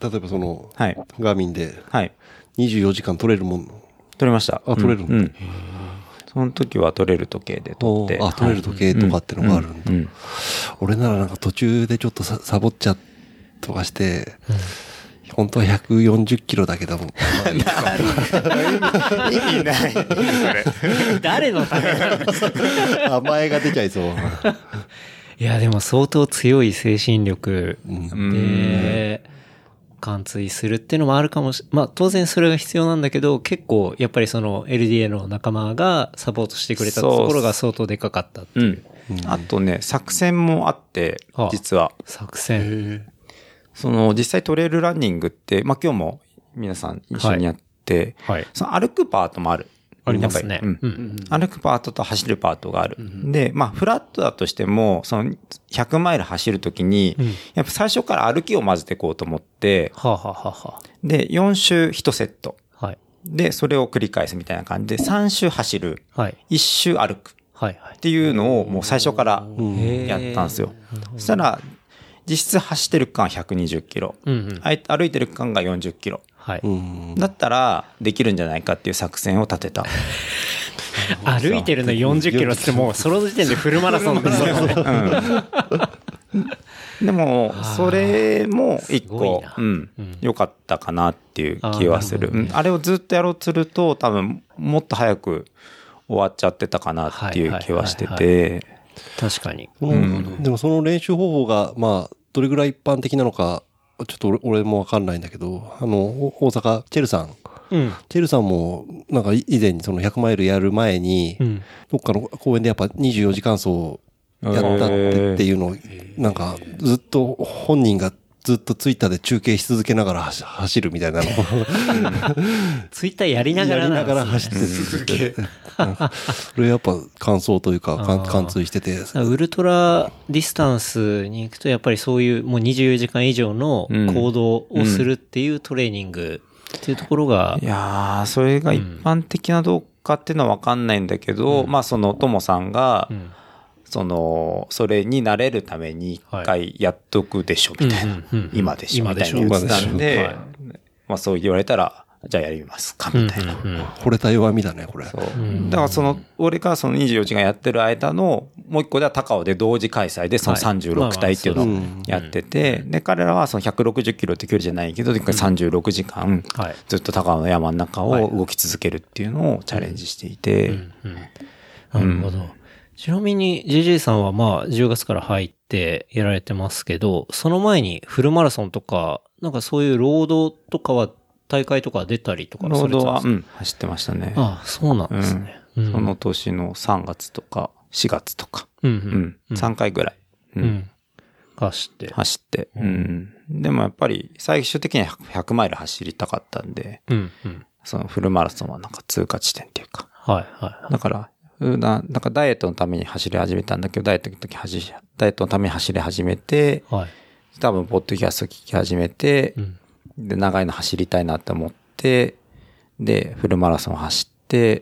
例えばその、はい。ガーミンではい。 24時間取れるもんの。取れました。あ取れるうん。うんその時は取れる時計で取って。あ、取れる時計とかってのがあるんだう。ん。俺ならなんか途中でちょっとさサボっちゃとかして、本当は140キロだけども、意味 [LAUGHS] [LAUGHS] ない。誰のためなんですか甘えが出ちゃいそう。 [LAUGHS] いや、でも相当強い精神力で、貫通するっていうのもあるかもし、まあ当然それが必要なんだけど、結構やっぱりその LDA の仲間がサポートしてくれたところが相当でかかったってう。いうんあとね、作戦もあってああ、実は。作戦。その、実際トレイルランニングって、まあ今日も皆さん一緒にやって、はい。その歩くパートもある。ありますねやっぱりうんうん歩くパートと走るパートがある。で、まあ、フラットだとしても、その、100マイル走るときに、やっぱ最初から歩きを混ぜていこうと思って、はあ、はあはあはで、4周1セット。あ、はい。で、それを繰り返すみたいな感じで、3周走る。はい。 1周歩く。はいはいっ。ていうのをもう最初からへーやったんですよ。そしたら実質走ってる区間120キロ、うんうん。あい歩いてる区間が40キロはい。だったらできるんじゃないかっていう作戦を立てた。歩いてるの40キロっつって [LAUGHS] もうその時点でフルマラソンですよね。でもそれも一すごい個なうんうん良かったかなっていう気はするあーなるほどうねんあれをずっとやろうとすると多分もっと早く終わっちゃってたかなっていう気はしてはいはて確かに。うんでもその練習方法が、まあ、どれぐらい一般的なのか、ちょっと俺俺もわかんないんだけど、あの、お大阪、チェルさん。うん。チェルさんも、なんかい以前にその100マイルやる前に、うん。どっかの公園でやっぱ24時間走やったへっーてっていうのを、なんかずっと本人がずっとツイッターで中継し続けながら走走るみたいな [LAUGHS] のをツイッターやりながやらりななんでがすねら走って続けて。なんかそれやっぱ感想というか、あかー貫通してて。だからウルトラディスタンスに行くとやっぱりそういうもう24時間以上のうん行動をするっていうトレーニングっていうところがい、やーそれが一般的などうかっていうのは分かんないんだけど、まあそのともさんが、んそのそれになれるために一回やっとくでしょみたいな、うんうんうん今でしょ今みでたいしなょ言ってたんで、はいまあ、そう言われたらじゃあやりますかみたいな。うんうんうん惚れた弱みだね、これ。そうだからその俺がその24時間やってる間のもう一個では高尾で同時開催でそのはいまあ36まあ体っていうのそうをだねやっててで彼らはその160キロって距離じゃないけどとにかく36時間はいずっと高尾の山の中を動き続けるっていうのをチャレンジしていてなるほど。ちなみに JJ さんはまあ10月から入ってやられてますけど、その前にフルマラソンとか、なんかそういう労働とかは大会とか出たりとかロードは、さうれてん、走ってましたねたんですかああ、そうなんですね。うんその年の3月とか4月とか、うんううんん、3回ぐらい、ううんん。がして。走って、うん、でもやっぱり最終的には100マイル走りたかったんでうんうん。そのフルマラソンはなんか通過地点っていうかはいはい。だから、普段、なんかダイエットのために走り始めたんだけど、ダイエットの時走り、ダイエットのために走り始めて、はい。多分、ポッドキャスト聞き始めて、うん。で、長いの走りたいなって思って、で、フルマラソン走って、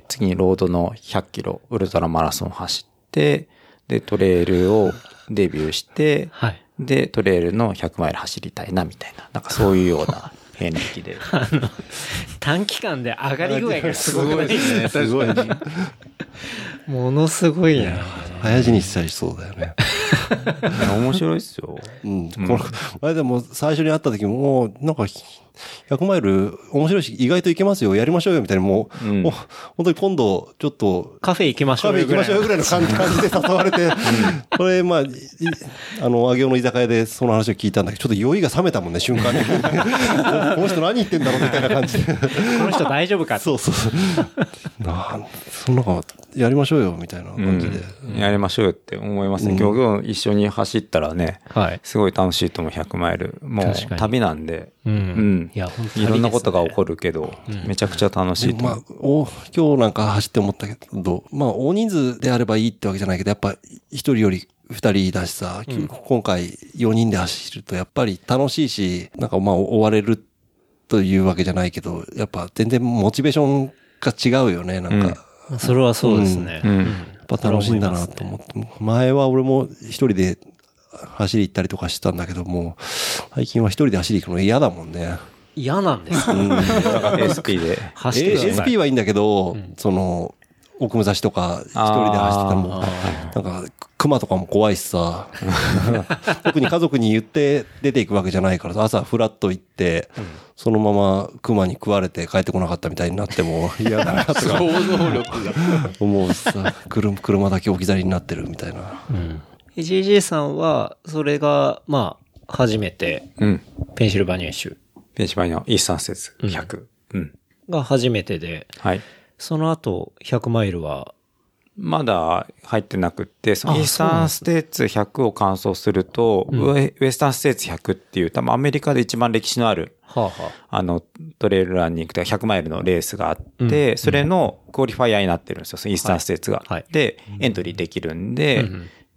次にロードの100キロ、ウルトラマラソン走って、で、トレイルをデビューして、はい。で、トレイルの100マイル走りたいな、みたいな、なんかそういうよう [LAUGHS] な遍歴で。短期間で上がり具合がすごい。すね。すごい。 [LAUGHS] ものすごいな。早死にしちゃいそうだよね。面白いですよ。うん。この前でも最初に会った時も、もうなんか、100マイル面白いし、意外といけますよ、やりましょうよ、みたいな、もう、うんもう本当に今度、ちょっと、カフェ行きましょカうフェよ行きぐらまい。しょうよぐらいの感じ感じで誘われて、 [LAUGHS] これ、まあ、いあの、上尾の居酒屋でその話を聞いたんだけど、ちょっと酔いが冷めたもんね、瞬間に。 [LAUGHS] この人何言ってんだろうみたいな感じで。この人大丈夫かって [LAUGHS] そうそうそう。なん、そんなか、やりましょうよ、みたいな感じで。うんやりましょうよって思いますね。今日今日一緒に走ったらね、はい。すごい楽しいと思う、100マイル。もう確かに旅なんで、うんうんいや本当いに旅ろんなですこねとが起こるけど、めちゃくちゃ楽しでいもとま思あう。、お、今日なんか走って思ったけど、まあ、大人数であればいいってわけじゃないけど、やっぱ、一人より二人だしさ、きゅ今回4人で走ると、やっぱり楽しいし、なんかまあ、追われるというわけじゃないけど、やっぱ全然モチベーションが違うよね、なんか。それはそうですね。うんやっぱ楽しいんだなと思って、前は俺も一人で走り行ったりとかしてたんだけども、最近は一人で走り行くの嫌だもんね。嫌なんですね。だから SP で。走ってください ASP はいいんだけど、その、奥武蔵とか一人で走ってたもん、なんか、熊とかも怖いしさ、特に家族に言って出ていくわけじゃないからさ、朝フラッと行って、そのまま熊に食われて帰ってこなかったみたいになっても嫌だな [LAUGHS] とか想像力が。思うしさ、車車だけ置き去りになってるみたいな。 JJ さんは、それが、まあ、初めて、うん。ペンシルバニア州ペンシバニアの一三節100。うん。が初めてで、はい。その後、100マイルは、まだ入ってなくって、そのあイースタンステーツ100を完走すると、ウェウェスタンステーツ100っていう、多分アメリカで一番歴史のある、はあはあの、トレイルランニングというか100マイルのレースがあって、それのクオリファイアになってるんですよ、そのイースタンステーツが。はいはいで、エントリーできるんで、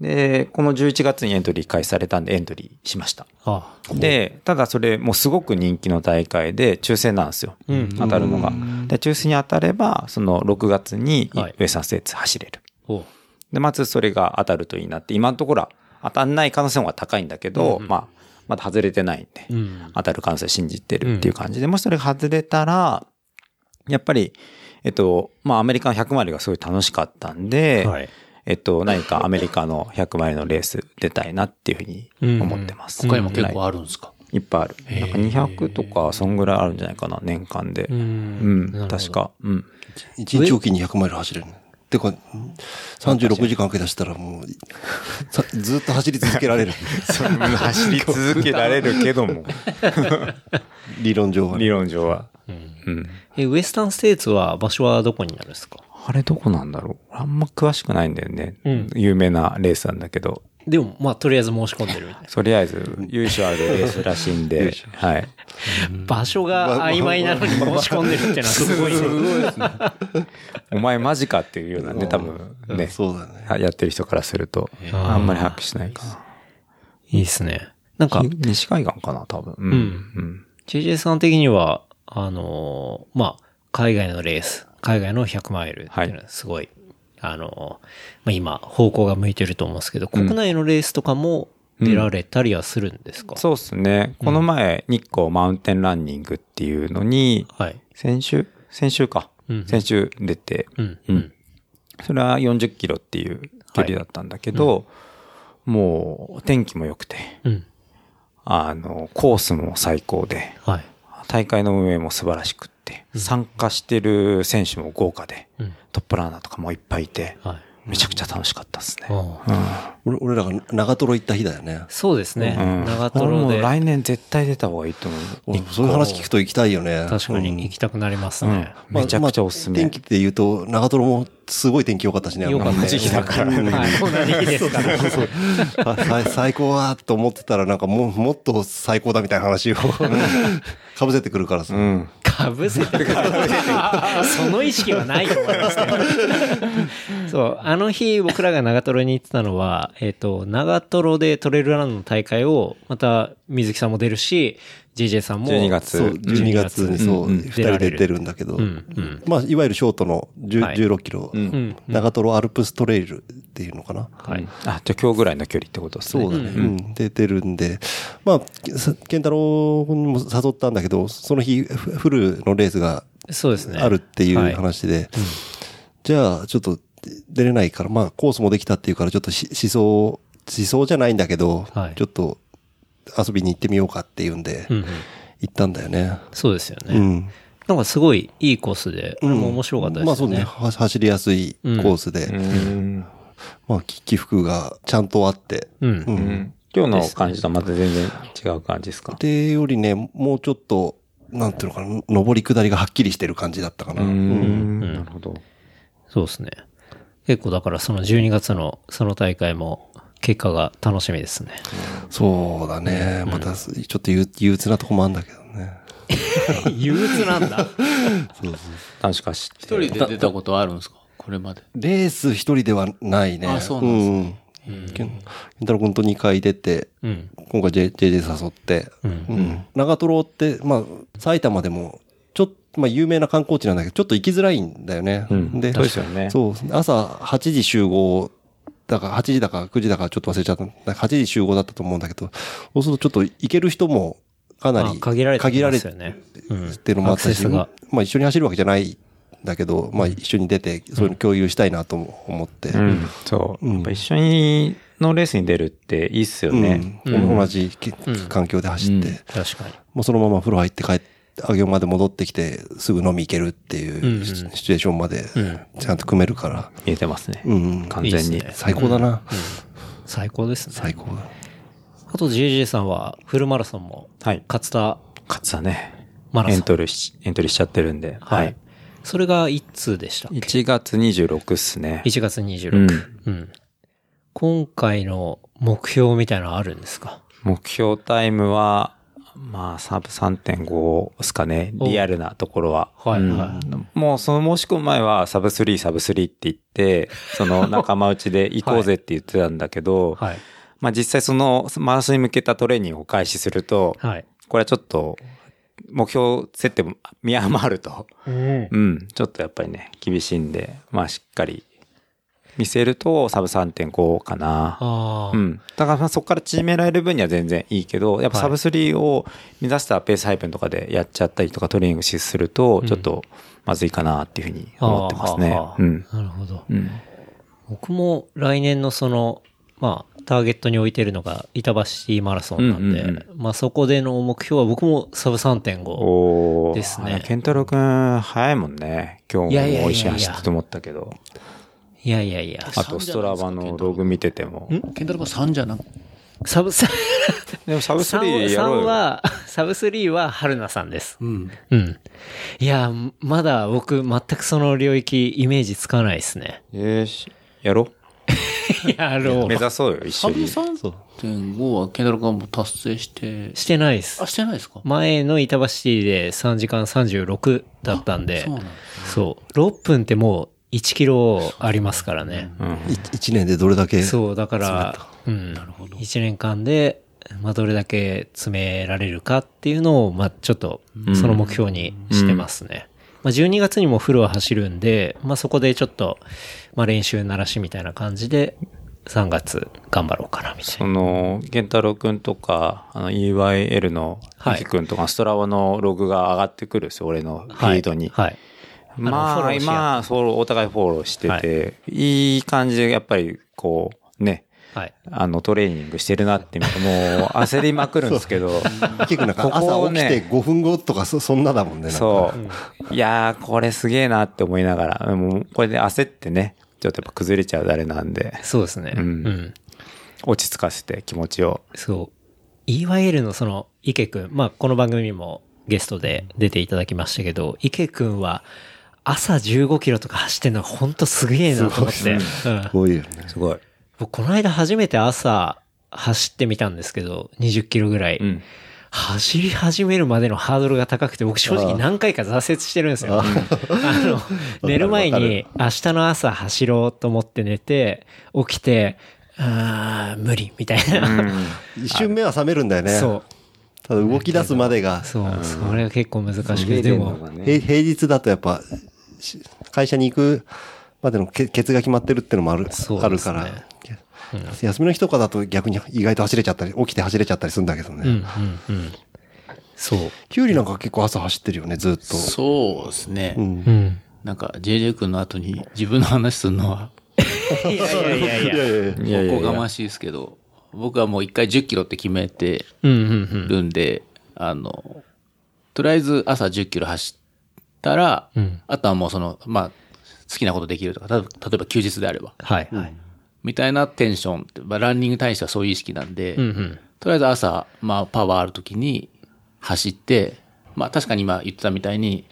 で、この11月にエントリー開始されたんでエントリーしました。あ。はあ。で、ただそれもうすごく人気の大会で抽選なんですよ。当たるのが。で、抽選に当たれば、その6月にウはいェスタンステーツ走れる。おで、まずそれが当たるといいなって、今のところは当たんない可能性の方が高いんだけど、まあ、まだ外れてないんで、うん当たる可能性を信じてるっていう感じで、もしそれが外れたら、やっぱり、えっと、まあ、アメリカの100マイルがすごい楽しかったんで、はい。えっと、何かアメリカの100マイルのレース出たいなっていうふうに思ってます。他にも結構はいあるんですかいっぱいある。なんか200とか、そんぐらいあるんじゃないかな、年間で。うん、確か。うん。一日おきに100マイル走れる。てか、36時間かけ出したらもう、さずっと走り続けられる。走り続けられるけども、理論上はね、理論上は。うん。え、ウエスタンステーツは場所はどこになるんですかあれどこなんだろうあんま詳しくないんだよね。ん有名なレースなんだけど、でも、まあ、とりあえず申し込んでるみたいとりあえず優勝あるレースらしいんで、はい。な。場所が曖昧なのに申し込んでるっていうのは [LAUGHS] すごいね。お前マジかっていうようなね、多分ね、そうだね。やってる人からすると、あんまり把握しないかな。いいですね。なんか、西海岸かな、多分。うん。うん。 JJ さん的には、あのーまあ、海外のレース、海外の100マイルっていうのはすごい、あのーまあ、今、方向が向いてると思うんですけど、国内のレースとかも出られたりはするんですか、そうですね。この前、日光マウンテンランニングっていうのに、はい。先週先週か。うん先週出て、うん。うん。それは40キロっていう距離だったんだけど、もう天気も良くて、うん。あの、コースも最高で、はい。大会の運営も素晴らしくって、参加してる選手も豪華で、うん。トップランナーとかもいっぱいいて、はい。めちゃくちゃ楽しかったですね。あうん。俺俺らが長瀞行った日だよね。そうですね。うん長俺瀞もで。来年絶対出た方がいいと思う。俺そういう話聞くと行きたいよね。確かに行きたくなりますね。うんめちゃくちゃおすすめ。まあ天気で言うと、長瀞もすごい天気良かったしね。よかったあの時期だからね。はい。こんな時期ですから。あ最最高はと思ってたら、なんかもうもっと最高だみたいな話をかぶせてくるからさ。うん。かぶせてくるその意識はないと思いますけどそうあの日僕らが長瀞に行ってたのは、えっと長瀞でトレイルランの大会をまた水木さんも出るし JJ さんも12月。そう、12月にそう、うんうん2人で出るんだけど、うんうんまあ、いわゆるショートの10はい16キロ、ん長瀞アルプストレイルっていうのかな。はいあ、じゃあ今日ぐらいの距離ってことですね。そうだね。うん。で、出るんで、まあ、さ健太郎にも誘ったんだけど、その日、フフルのレースがそうですねあるっていうはい話で、じゃあ、ちょっと出れないから、まあ、コースもできたっていうから、ちょっとし思想、思想じゃないんだけど、はいちょっと遊びに行ってみようかっていうんで、うんうん行ったんだよね。そうですよね、うん。なんかすごいいいコースで、あれも面白かったですよね,、まあそうね、は走りやすいコースで、うん。まあき起伏がちゃんとあって、うんうう。んっん今日の感じとはまた全然違う感じですか。てよりね、もうちょっと、なんていうのかな、上り下りがはっきりしてる感じだったかな。うんなるほど。そうですね結構だからその12月のその大会も結果が楽しみですねそうだね。また、ちょっと憂憂鬱なとこもあるんだけどね。 [LAUGHS] 憂鬱なんだ短縮化し一人で出たことはあるんですかこれまで。レース一人ではないね。あそうなんうんけん健太郎君と2回出て、うん今回 J- JJ 誘って、うん長瀞って、まあ、埼玉でも、ちょっと、まあ、有名な観光地なんだけど、ちょっと行きづらいんだよね。んでそうですよねそう朝8時集合、だから8時だか9時だかちょっと忘れちゃった。なんか8時集合だったと思うんだけど、そうするとちょっと行ける人もかなあり限られてき限らまれすよね。うんっていうのもあったアクセし、スまがあ一緒に走るわけじゃないんだけど、まあ一緒に出て、そういうの共有したいなとも思って、うん、そう。うんやっぱ一緒にのレースに出るっていいっすよね。うん同じけ環境で走って、確かに。もうそのまま風呂入って帰って、上げまで戻ってきて、すぐ飲み行けるっていうシチュエーションまで、ちゃんと組めるから、見えてますね。うん、完全にいいっすね最高だな。最高ですね。最高だ。あと JJ さんはフルマラソンも、はい勝田勝つだね。マラエソンン。トリーし、エントリーしちゃってるんで。ははいい。。それが1通でしたっけ1月26っすね。 ?1 月26、うんうん今回の目標みたいなのあるんですか目標タイムは、まあ、サブ3.5ですかね。おリアルなところは。はいうんはもう、その申し込む前は、サブ3、サブ3って言って、その仲間内で行こうぜって言ってたんだけど、はい。まあ実際そのマラソンに向けたトレーニングを開始すると、はい。これはちょっと目標設定も見余ると、うん、ちょっとやっぱりね、厳しいんで、まあしっかり見せるとサブ3.5かな。あうあ、ん、だからまあそこから縮められる分には全然いいけどやっぱサブ3を目指したペース配分とかでやっちゃったりとかトレーニングしするとちょっとまずいかなっていうふうに思ってますねあーあ。うーんなるほど。うん僕も来年のその、まあ、ターゲットに置いてるのが板橋シティマラソンなんで、うんうんまあそこでの目標は僕もサブ3.5。おーですねあ健太郎くん早いもんね今い日やいやいやいも美や味しい走ったと思ったけどいやいやいや。あとストラバのログ見ててもんケンタロウさんじゃなくサブ、サでもサブ3 3やろうよは、 [LAUGHS] サブ3は春菜さんです。うん。いや、まだ僕全くその領域イメージつかないですね。よしやろいや、あうの目、指そうよ一緒サブに3.5はケンタロウがもう達成して、してないですあ、。してないですか前の板橋シティで3時間36だったんで、そうなんだそう。6分ってもう1キロありますからね。一年でどれだけ。そう、だから、うん。1年間で、まあ、どれだけ詰められるかっていうのを、まあ、ちょっと、その目標にしてますね。まあ、12月にもフルは走るんで、まあ、そこでちょっと、まあ、練習慣らしみたいな感じで、3月頑張ろうかな、みたいそな。の健太郎くんとかあの EYL のはいゆきくんとかストラバのログが上がってくるんですよ俺のフはィいードに、はい。あのフォまロあーし合って今フォローお互いフォローしてて、い、い感じでやっぱりこうねはい。あのトレーニングしてるなって見てもう焦りまくるんですけど結構なんかここを朝起ねきて5分後とかそそんなだもんね。なんかそう。いやー、これすげえなって思いながら、もうこれで焦ってね、ちょっとやっぱ崩れちゃう誰なんで、そうですね。うんうん落ち着かせて気持ちを。そう。EYL のその、池くん、まあ、この番組もゲストで出ていただきましたけど、池くんは、朝15キロとか走ってんのがほんとすげえなと思って。うんすごいよね。すごい。僕、この間初めて朝走ってみたんですけど、20キロぐらい。うん。走り始めるまでのハードルが高くて、僕正直何回か挫折してるんですよ。あの、寝る前に明日の朝走ろうと思って寝て、起きて、あー無理、みたいな。一瞬目は覚めるんだよね。 [LAUGHS] そう。ただ動き出すまでが、そう、それは結構難しくて、でも、へ平日だとやっぱ、し会社に行くまでのケケツが決まってるってのもある,、そうあでるすねから、休みの日とかだと逆に意外と走れちゃったり、起きて走れちゃったりするんだけどうん、うんね。、うん。そう。きゅうりなんか結構朝走ってるよね、ずっと。そうですね。んうん。なんか JJ 君の後に自分の話するのは、いやいやいやいや。おこがましいですけど、僕はもう一回10キロって決めてうん、うん、るんで、あの、とりあえず朝10キロ走ったら、うん。あとはもうその、まあ、好きなことできるとか、た例えば休日であれば、はい、はい。みたいなテンションって、まあ、ランニングに対してはそういう意識なんで、うん、うん。とりあえず朝、まあ、パワーある時に走って、まあ、確かに今言ってたみたいに、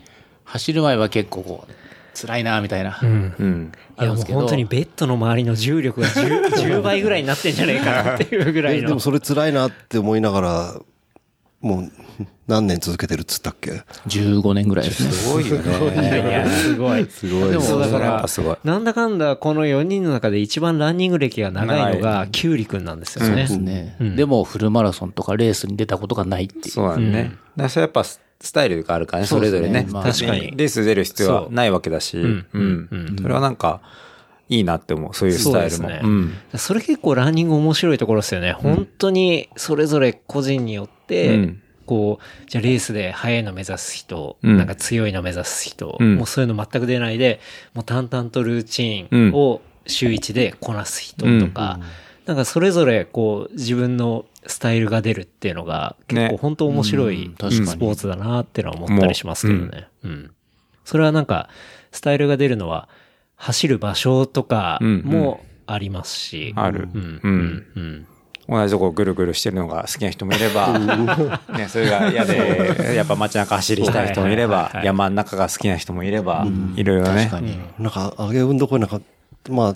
走る前は結構こう、辛いな、みたいな。うん。うん。いや、もう本当にベッドの周りの重力が 10, 10倍ぐらいになってんじゃないかなっていうぐらえいでのも。それ辛いなって思いながら、もう何年続けてるっつったっけ15年ぐらいですね。すごいよいね。やいや、すごい。すごい。でもそうだかやっらぱすごい、なんだかんだこの4人の中で一番ランニング歴が長いのが、キュウリくんなんですよね。ねでも、フルマラソンとかレースに出たことがないっていう。そうだね。だからそれやっぱススタイルがあるからね、それぞれね。そうですねまあ確かにレース出る必要そはうないわけだし、うん。それはなんか、いいなって思う、そういうスそうタでイルすも。ねうん。それ結構ランニング面白いところですよね。本当にそれぞれ個人によって、うんこう、じゃあレースで速いの目指す人、うんなんか強いの目指す人、うんもうそういうの全く出ないで、もう淡々とルーチンを週1でこなす人とか、なんかそれぞれこう自分のスタイルが出るっていうのが結構ね本当面白い、うん確かにスポーツだなってのは思ったりしますけどね。うん。それはなんか、スタイルが出るのは、走る場所とかうんうんもありますし。あるうん。ううんん。うん。同じとこぐるぐるしてるのが好きな人もいれば、ね、それが嫌で、やっぱ街中走りしたい人もいれはいはいはいばは、い山の中が好きな人もいれば、いろいろね確。かに。なんか、上げ運動公園なんか、まあ、い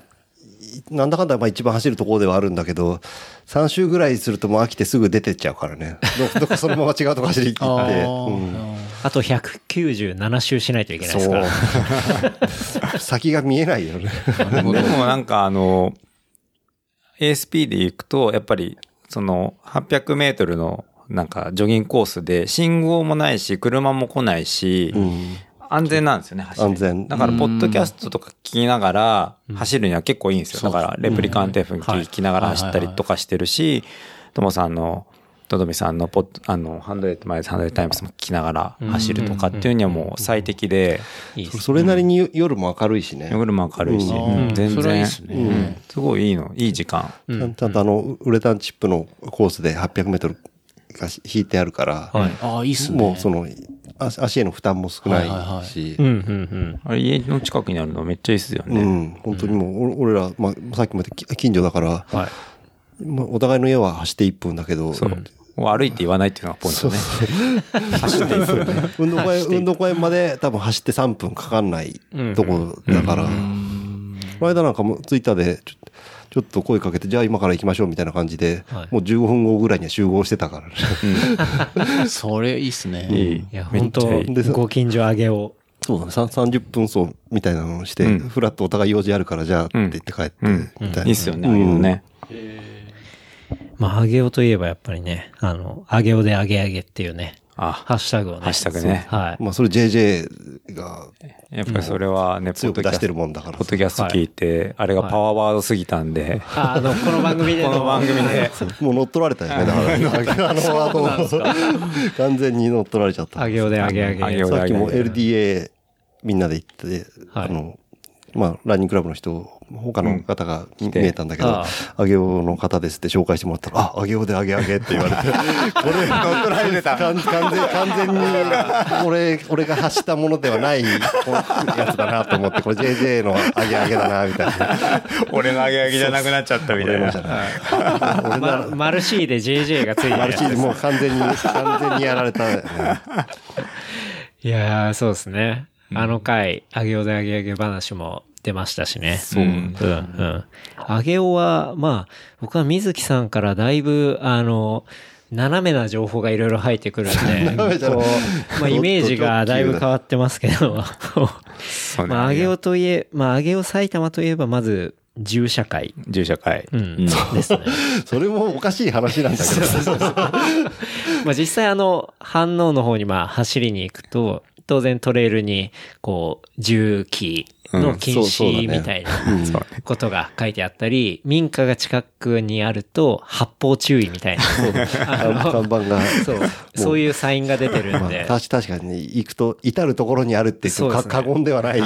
なんだかんだまあ一番走るところではあるんだけど、3周ぐらいするともう飽きてすぐ出てっちゃうからね。どどっ [LAUGHS] かそのまま違うとこ走り行って、うんあと197周しないといけないですから。先が見えないよね。でもなんかあの、ASP で行くと、やっぱり、その、800メートルの、なんか、ジョギングコースで、信号もないし、車も来ないし、安全なんですよね、走り安全だから、ポッドキャストとか聞きながら走るには結構いいんですよ。だから、レプリカンテーフ聞きながら走ったりとかしてるし、ともさんの、とどみさんのポッド、あの、ハンドレッドマイル、ハンドレッドタイムスも聞きながら走るとかっていうにはもう最適で、いいです [LAUGHS] それなりに夜も明るいしね。夜も明るいし、うん全それはいいっ然、すねうんすごいいいの、いい時間。ちゃんちゃんとあの、ウレタンチップのコースで800メートルが引いてあるから、ああ、いいっすね。もうその、足足への負担も少ないし、はいはいはうんうんあれ、家の近くにあるのめっちゃいいっすようね。ん、本当にもう、お俺ら、まあ、さっきまでき近所だから、まあ、お互いの家は走って1分だけど、そう。もう歩いて言わないっていうのがポイントね。走っていいっすよね。運動会、運動会まで多分走って3分かかんないとこだから、この間なんかもツイッターでちょっと、ちょっと声かけて、じゃあ今から行きましょうみたいな感じで、はいもう15分後ぐらいには集合してたからね。それいいっすね。いいうん。いや、めっ本ちゃいいで当ご近所上げを。そうだね。さん30分走みたいなのをして、うんフラッとお互い用事あるから、じゃあって言って帰って、うんみたいな。いいっすよね、あうあいうのん、ね。まあ、上げをといえばやっぱりね、あの、上げをで上げ上げっていうね、あ、ハッシュタグをね。ハッシュタグねはい。まあ、それ JJ がやっぱりそれはね、ポッ強ドくキャス出しトてるもんだからポッ。ドキャスト聞いて、あれがパワーワードすぎたんで、ああの、この番組でこの。の番組 [LAUGHS] で、もう乗っ取られたよね、だ [LAUGHS] から。あのワード完全に乗っ取られちゃった。上げをで上げ上げ。上げをでさっき上もげ上げ LDA みんなで行って、はいあの、まあ、ランニングクラブの人、他の方が見て見えたんだけどああ、あげおの方ですって紹介してもらったら、あ、あげおであげあげって言われて、これ、完完全、完全に、俺、俺が発したものではない、このやつだなと思って、これ JJ のあげあげだな、みたいな。俺の上げ上げじゃなくなっちゃったみたい俺のなじゃ。まマルシーで JJ がついてるマルチーズもう完全に、完全にやられたよね。いやー、そうですね。あの回、あげおであげあげ話も出ましたしね。そう。うん、うん。あげおは、まあ、僕は水木さんからだいぶ、あの、斜めな情報がいろいろ入ってくるんで、斜めじゃないこうまあ、イメージがだいぶ変わってますけど、そうねまあ、あげおといえ、まあ、あげお埼玉といえば、まず、銃社会。住社会。うん、ですね。それもおかしい話なんだけど。 [LAUGHS] まあ実際あの、反応の方にまあ走りに行くと、当然トレイルに、こう、重機の禁うんそうそう止だねみたいなそうことが書いてあったり、民家が近くにあると発砲注意みたい [LAUGHS] な、看板が。そう、そういうサインが出てるんまあで、確確かに行くと至る所にあるっていうとそうですかね過言ではない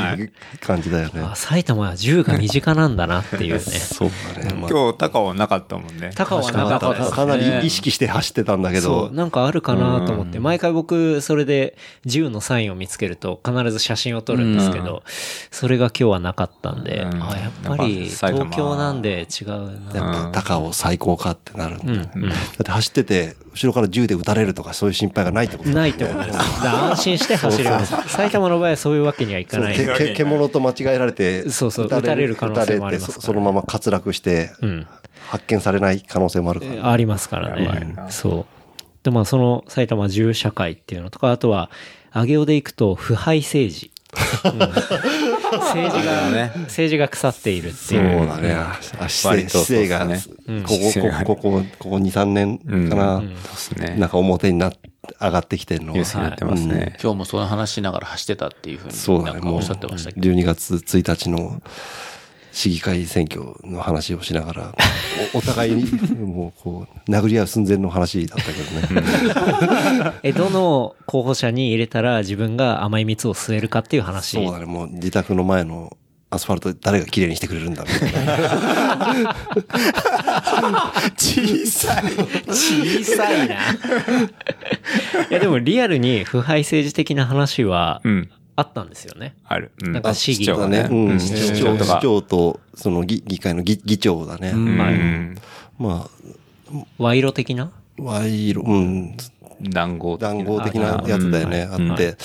感じだよね。あ埼玉は銃が身近なんだなっていうね。 [LAUGHS] そうだね。まあ今日、高尾なかったもんね。高尾はなかったですかなり意識して走ってたんだけそう、ど、なんかあるかなと思って、毎回僕、それで銃のサインを見つけると、必ず写真を撮るんですけど、それが今日はなかったんで、うんあやっぱり東京なんで違うな。やっぱ高尾最高かってなるんだよねうんだって走ってて、後ろから銃で撃たれるとかそういう心配がないってことだよなねいってことです。だから安心して走れます。埼玉の場合はそういうわけにはいかそうない。けけ獣と間違えられて、そうそう撃たれる可能性もありますから撃たれてそそのまま滑落して、うん。発見されない可能性もあるから。ありますからね。そう。で、まあ、その埼玉銃社会っていうのとか、あとは、上尾で行くと、腐敗政治。うん政治が、政治が腐っているってそういう。だね。あ姿勢割と姿勢が、そうこでこ、ここ、ここ、ここ2、3年かな。そうですなんね。か表になっ上がってきてるのニュースになってますね。今日もその話しながら走ってたっていうふうそにうなだねんかおっしゃってましたけど。 12月1日の市議会選挙の話をしながら、おお互いに、もうこう、殴り合う寸前の話だったけどね。え、どの候補者に入れたら自分が甘い蜜を吸えるかっていう話。そうだね、もう自宅の前のアスファルト誰が綺麗にしてくれるんだみたいな。小さい。小さい [LAUGHS] な。いや、でもリアルに腐敗政治的な話はうん。あったんですよね。ある。うなんか市議市長がね。うん、市市長長市とか。長と、その議議会の議議長だね。うん。ま賄賂的なあ、賄賂、うん、談合的な談合的なやつだよね、あうんって、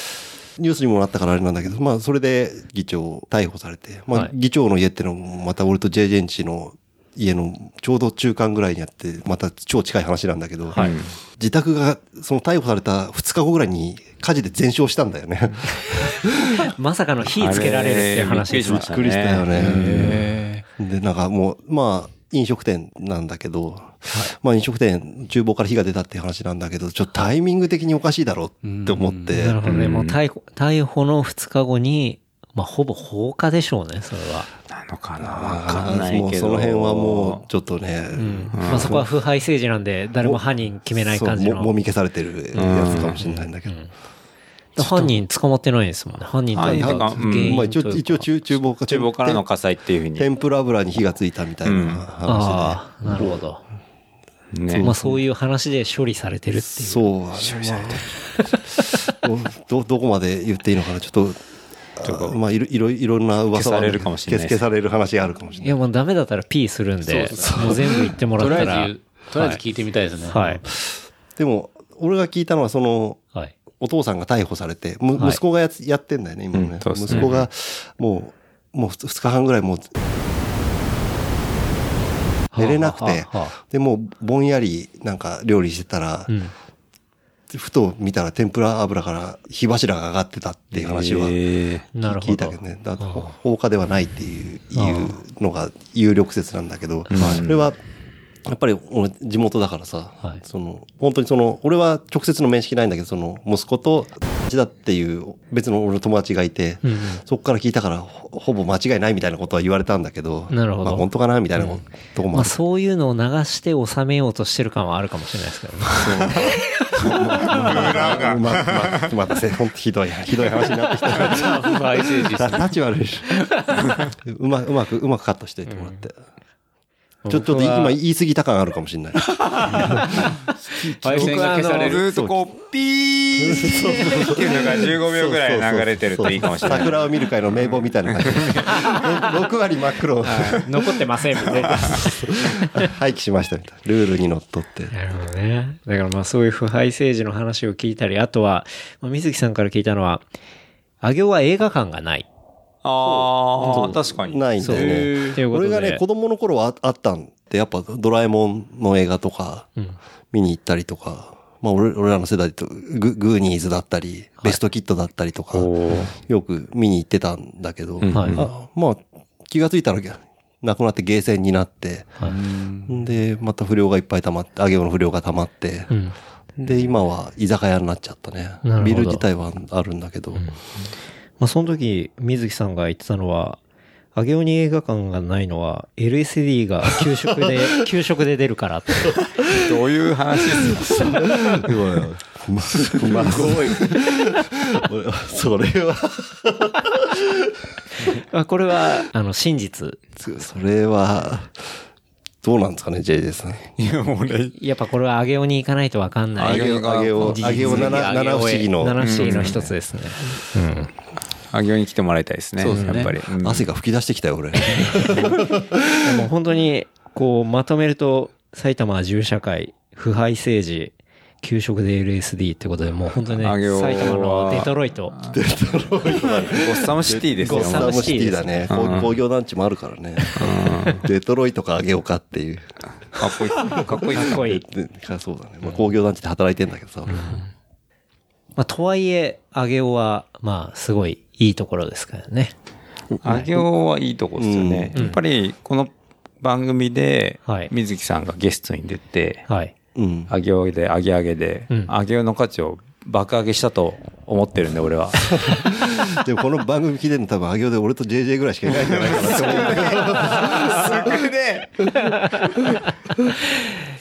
ニュースにもなったからあれなんだけど、まあ、それで議長逮捕されて、まはあい、議長の家ってのも、また俺と JJ んちの家のちょうど中間ぐらいにあって、また超近い話なんだけいど、自宅が、その逮捕された2日後ぐらいに火事で全焼したんだよね。まさかの火つけられるっていう話ですあれび [LAUGHS] びっくりしたよね。へで、なんかもう、まあ、飲食店なんだけど、まあ飲食店、厨房から火が出たっていう話なんだけど、ちょっとタイミング的におかしいだろうって思ってな、るほどね。もう逮捕、逮捕の2日後に、まあ、ほぼ放火でしょうね、それは。なのかなあわーかんないもうけどその辺はもうちょっとね、うん。まあ、そこは腐敗政治なんで、誰も犯人決めない感じそうももの。み消されてるやつかもしれないんだけど。犯人捕まってないですもんね。犯人という犯人か、がうん原因まあとい一うか。応、一応厨厨房か厨房からの火天災っていうふうに天ぷら油に火がついたみたいな話ああ、なるほど。ねまあ、そういう話で処理されてるっで。ていう。そう。まあど、どこまで言っていいのかな、ちょっと。あまあ、いろいろいろんな噂は消さあれるかもしれない消消される話があるかもしれないいや、もうダメだったら P するんで、もう全部言ってもらとっりあえたずら言う、とりあえず聞いてみたいですね。はい。でも、俺が聞いたのは、その、はい。お父さんが逮捕されて、むはい息子がやつやってんだよね、今もうねん。そうですね息子が、もう、もう2日半ぐらいもう、寝れなくてはあはあはあ、で、もうぼんやりなんか料理してたら、ふと見たら天ぷら油から火柱が上がってたっていう話はえなるほど聞いたけどね。だからほ放火ではないっていういうのが有力説なんだけど、それは、やっぱり俺地元だからさ、はいその本当にその俺は直接の面識ないんだけどその息子と父だっていう別の俺の友達がいて、うんうんそこから聞いたからほほぼ間違いないみたいなことは言われたんだけどなるほどまあ、本当かなみたいなことこまもああ、る、そういうのを流して収めようとしてる感はあるかもしれないですけどね。まままたせ本当ひどいひどい話になってきた不敗政治。立ち悪いし [LAUGHS] うまうまくうまくカットしていってもらって。ちょちょっと僕は今言い過ぎた感あるかも [LAUGHS] しれない。敗戦が消されずる。ーっとこうピーっていうのが15秒ぐらい流れてるといいかもしれない [LAUGHS] 桜を見る会の名簿みたいな感じ。6割真っ黒。残ってませんみた [LAUGHS] いな。 [LAUGHS] 廃棄しましたみたいな。ルールにのっとって。なるほどね。だからまあそういう腐敗政治の話を聞いたり、あとは、まあ、水木さんから聞いたのは、あ行は映画館がない。ああ確かにないんだよね。ということ俺で。がね、子供の頃はああったんで、やっぱドラえもんの映画とか、見に行ったりとか、まあ俺俺らの世代だとグ、グーニーズだったり、ベストキットだったりとか、よく見に行ってたんだけど、はいあまあ気がついたら、なくなってゲーセンになって、で、また不良がいっぱい溜まって、あげおの不良が溜まって、で、今は居酒屋になっちゃったねなるほど。ビル自体はあるんだけど、まあその時、水木さんが言ってたのは、あげおに映画館がないのは LSD が給食 [LAUGHS] で、給食で出るからって。どういう話ですかま、すごい。 [LAUGHS] それは、あこれは、あの、真実。それは、どうなんですかね、JJ さん。いや俺やっぱこれはあげおに行かないとわかんない。上尾があげお、あげお七七不思議の、七不思議の一つですね。あ行に来てもらいたいですねそうですねやっぱりうん汗が噴き出してきたよ、俺。もう本当に、こう、まとめると、埼玉は銃社会、腐敗政治、給食で LSD ってことで、もう本当にね、あげよう埼玉のデトロイト。ゴッサムシティですゴよッサムシティですね。こう工業団地もあるからね。デトロイトかあげおかっていう。かっこいいかっこいいかっこいい。でそうだね。まあ、工業団地で働いてんだけどさ、俺まあ、とはいえ、あげおは、まあ、すごいいいところですからね。あげおはいいとこですよね、やっぱりこの番組ではい水木さんがゲストに出て、はい。うん。あげおであげあげで、んあげおの価値を爆上げしたと思ってるんで俺はでもこの番組聞いてるの多分、あげおで俺と JJ ぐらいしかいないんじゃないかなって思うんだけ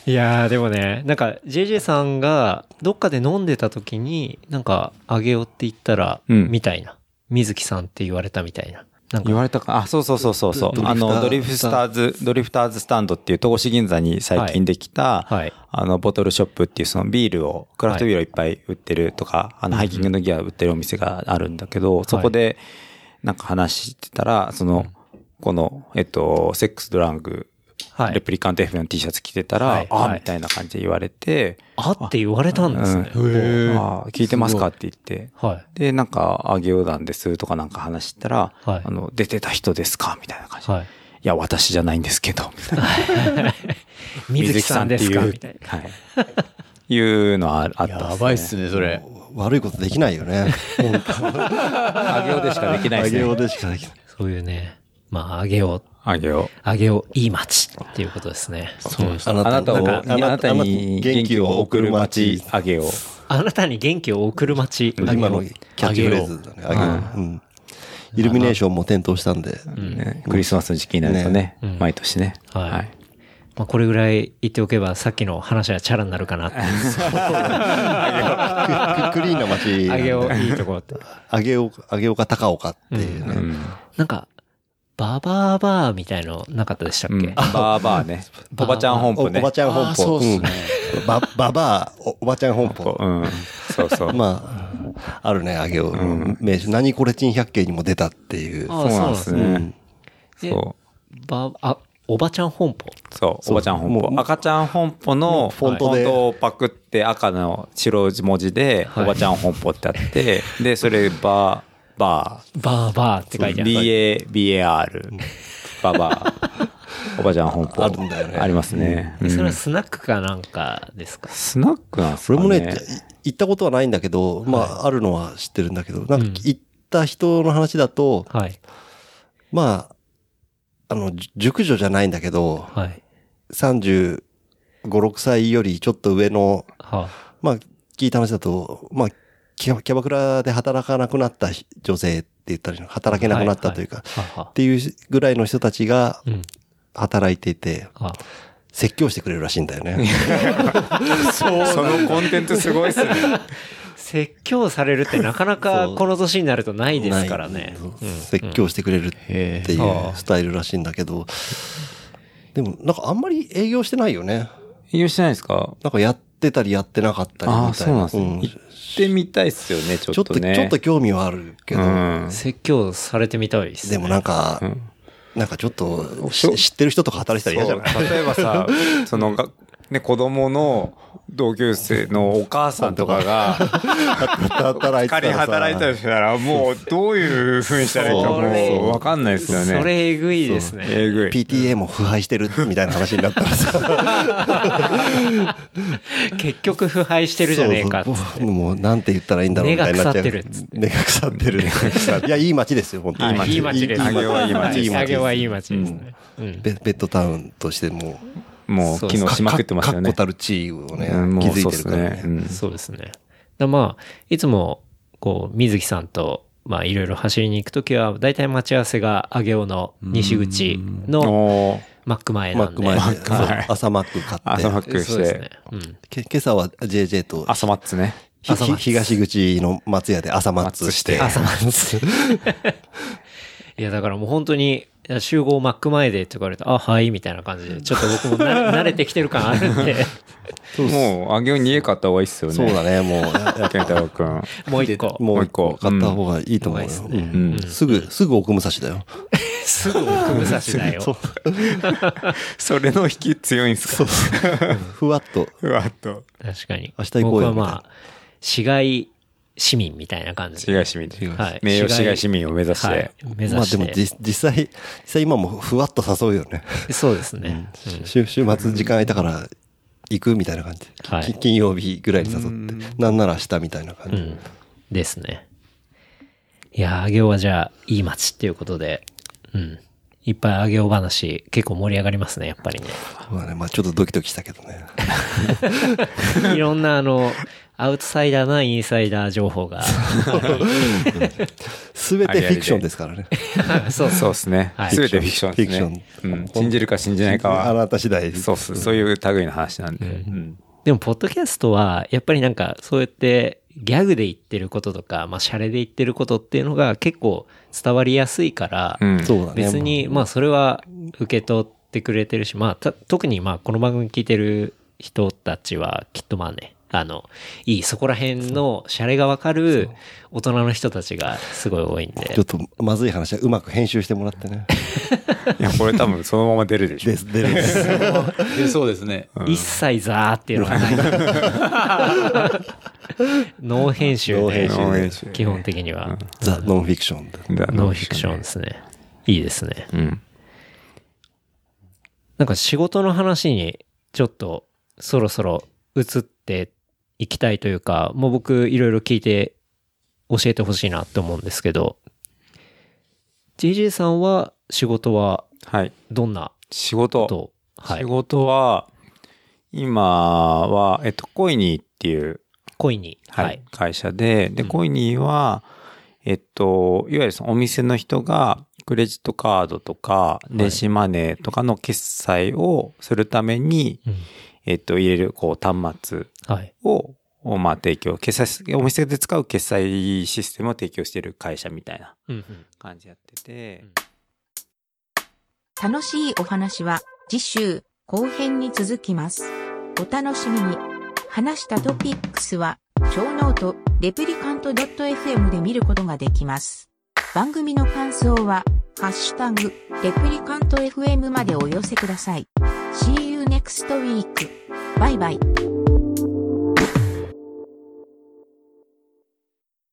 いやー、でもね、なんか、JJ さんが、どっかで飲んでた時に、なんか、あげおって言ったら、うんみたいな。水木さんって言われたみたいな。なん言か、われたかあそうそうそうそうそうドリフターあのドリフスターズドリフターズスタンドっていう戸越銀座に最近できた、はいはいあのボトルショップっていうそのビールをクラフトビールをいっぱい売ってるとか、あのハイキングのギア売ってるお店があるんだけど、そこでなんか話してたらその、このえっとセックスドラングはいレプリカント F の T シャツ着てたら、はいあ、はいみたいな感じで言われて、あって言われたんですね。うんあ聞いてますかって言って、はい。で、なんか、あげようなんですとかなんか話したら、はいあの、出てた人ですかみたいな感じで。はいい、や、私じゃないんですけど、みたいな。水木さんですか水み木たいさんなっていう。はい。いうのはああったっすねやばいっすね、それ。ど。 [LAUGHS] 悪いことできないよね。あげようでしかできないあですげおね。でしかできない。そういうね、まあ、あげようあげよあげをいい街っていうことですね。そうですう。あなたを、なんかあなたに元気を送る街、あげよう。あなたに元気を送る街。今のキャッチフレーズだね。あげよううんイルミネーションも点灯したんで。ねクリスマスの時期になるとね、毎年ね。はい。まあ、これぐらい言っておけばさっきの話はチャラになるかなっていう。クククリーンな街なんあで。げをいいところって。あげお、あげおか高岡っていうね。うんなんか、ババアバーみたいのなかったでしたっうんけ、バーバーね。おばちゃん本お舗おね。ばちゃんあ本ー舗。そうっすねうんば、ばばあ、おおばちゃん本舗。うん。そうそう。 [LAUGHS] まあ、あるね、あげお。名所。何これ珍百景にも出たっていう。あそうなんですね。でそバあ、おばちゃん本舗。う。そう、おばちゃん本もう舗。赤ちゃん本舗のフフォォンントでトをパクって赤の白文字で、はいおばちゃん本舗ってあ [LAUGHS] って、で、それバー、ババーバーって書いてー、ある。 BABAR、ババー、おばちゃん本舗。あるんだよねありますね。うんそれはスナックかなんかですか、スナックなんですそかね。れもね、い行ったことはないんだけど、まあ、あるのは知ってるんだけど、なんかうん行った人の話だと、はい。まあ、あの、じ熟女じゃないんだけど、はい。 35、6歳よりちょっと上の、はまあ、聞いた話だと、まあ、キャキャバクラで働かなくなった女性って言ったり、働けなくなったというか、あ、はあ、はっていうぐらいの人たちがうん働いていて、あ、は説教してくれるらしいんだよね。そのコンテンツすごいっすね。あ。説教されるってなかなかそうこの年になるとないですからね。ない説教してくれるっていうスタイルらしいんだけど、でもなんかあんまり営業してないよね。営業してないですかなんかやってたりやってなかったりみたいな。ああ、そうなんですね。ん行ってみたいっすよね、ちょちょっっと、とちね。ょっと興味はあるけど、うん説教されてみたいです、ね。でもなんか、なんかちょっとし知ってる人とか働いてたら嫌じゃないそう例えばさ、そのが、ね、子供の同級生のお母さんとかが、働いてたらさ仮に働いたとしたら、もうどういう風にしたらいいかそれもうわかんないですよね。それえぐいですね。えぐい。 PTA も腐敗してるみたいな話になったらさ。結局腐敗してるじゃねえかっつってそうそうもうなんて言ったらいいんだろうみたいになっちゃう。根が腐ってるっつって根が腐ってる。いや、いい街ですよ、本当に。いい街です。いい街は上尾はいい街いい街上尾はいい街ですね。ベベッドタウンとしてももう、そう機能しまくってますよ確ね固。たる地位をね、うんもう築いそうてでするからね。ね。うんそうですね。だまあ、いつも、こう、水木さんと、まあ、いろいろ走りに行くときは、大体待ち合わせが上尾の西口のおーマック前マなッんクで。前で、ク前そう朝マック買って朝マックしそうですねて、。うん。け今朝は JJ と朝マッツね。ひひ東口の松屋で朝マッツして。朝いや、だからもう本当に、いや集合マック前でって言われて、あ、はい、みたいな感じで、ちょっと僕も [LAUGHS] な慣れてきてる感あるんで、もう、あげおに家買った方がいいっすよね。そうだね、もうやっ健ぱ。太郎くん。もう一個。ももうう一一個個買った方がいいと思うよ。ううんすぐ、すぐ奥武蔵だよ。すぐ奥武蔵だよ。それの引き強いんすかふわっと。うわっと。確かに。明日行こう僕よはまあ、市街市民みたいな感じ市で。街市民ではい名誉市街市民を目指して。はい、目ま指あでして。も実実際、実際今もふわっと誘うよね。そうですね。週週末時間空いたから行くみたいな感じ。はいき金曜日ぐらいに誘って。なんなら明日みたいな感うじ。ん。ですね。いやー、あげおはじゃあ、いい街っていうことで、うん。いっぱいあげお話、結構盛り上がりますね、やっぱりね。まあね、まあちょっとドキドキしたけどね。 [LAUGHS] いろんな、あの、アウトサイダーなインサイダー情報 [LAUGHS] が。すべてフィクションですからね。そうそうですねはい。すべてフィクションですフィクねシ。ョうンん信じるか信じないかは。あなた次第。そうっす。そういう類の話なんで。うんでも、ポッドキャストは、やっぱりなんか、そうやって、ギャグで言ってることとか、まあ、シャレで言ってることっていうのが結構伝わりやすいから、うんそうだね。別に、まあ、それは受け取ってくれてるし、まあ、た特に、まあ、この番組聞いてる人たちは、きっとまあね、あの、いい、そこら辺のシャレがわかる大人の人たちがすごい多いんでちょっ。とまずい話はうまく編集してもらってね。いや、これ多分そのまま出るでしょで。す、出るんです。でそうですね。一切ザーっていうのがな [LAUGHS] い。ノー編集で。ノー編集ノー編集基本的には。ザ・ノンフィクションだ。だノンフィクションですね。いいですね。うん。なんか仕事の話にちょっとそろそろ移っていきたいというか、もう僕いろいろ聞いて教えてほしいなと思うんですけど、JJ さんは仕事ははい。どんな仕こと事。をは仕い。事は、今は、えっと、コイニーっていう、恋に。はいはい。会社で、で、うんコイニーは、えっと、いわゆるそのお店の人が、クレジットカードとか、い電子マネーとかの決済をするために、うんえっと、入れる、こう、端末はい。を、まあ、提供、決済す、お店で使う決済システムを提供している会社みたいなうんうん感じやってて、楽しいお話は次週後編に続きます。お楽しみに。話したトピックスは超ノートレプリカント .fm で見ることができます。番組の感想はハッシュタグレプリカント fm までお寄せください。See you next week. バイバイ。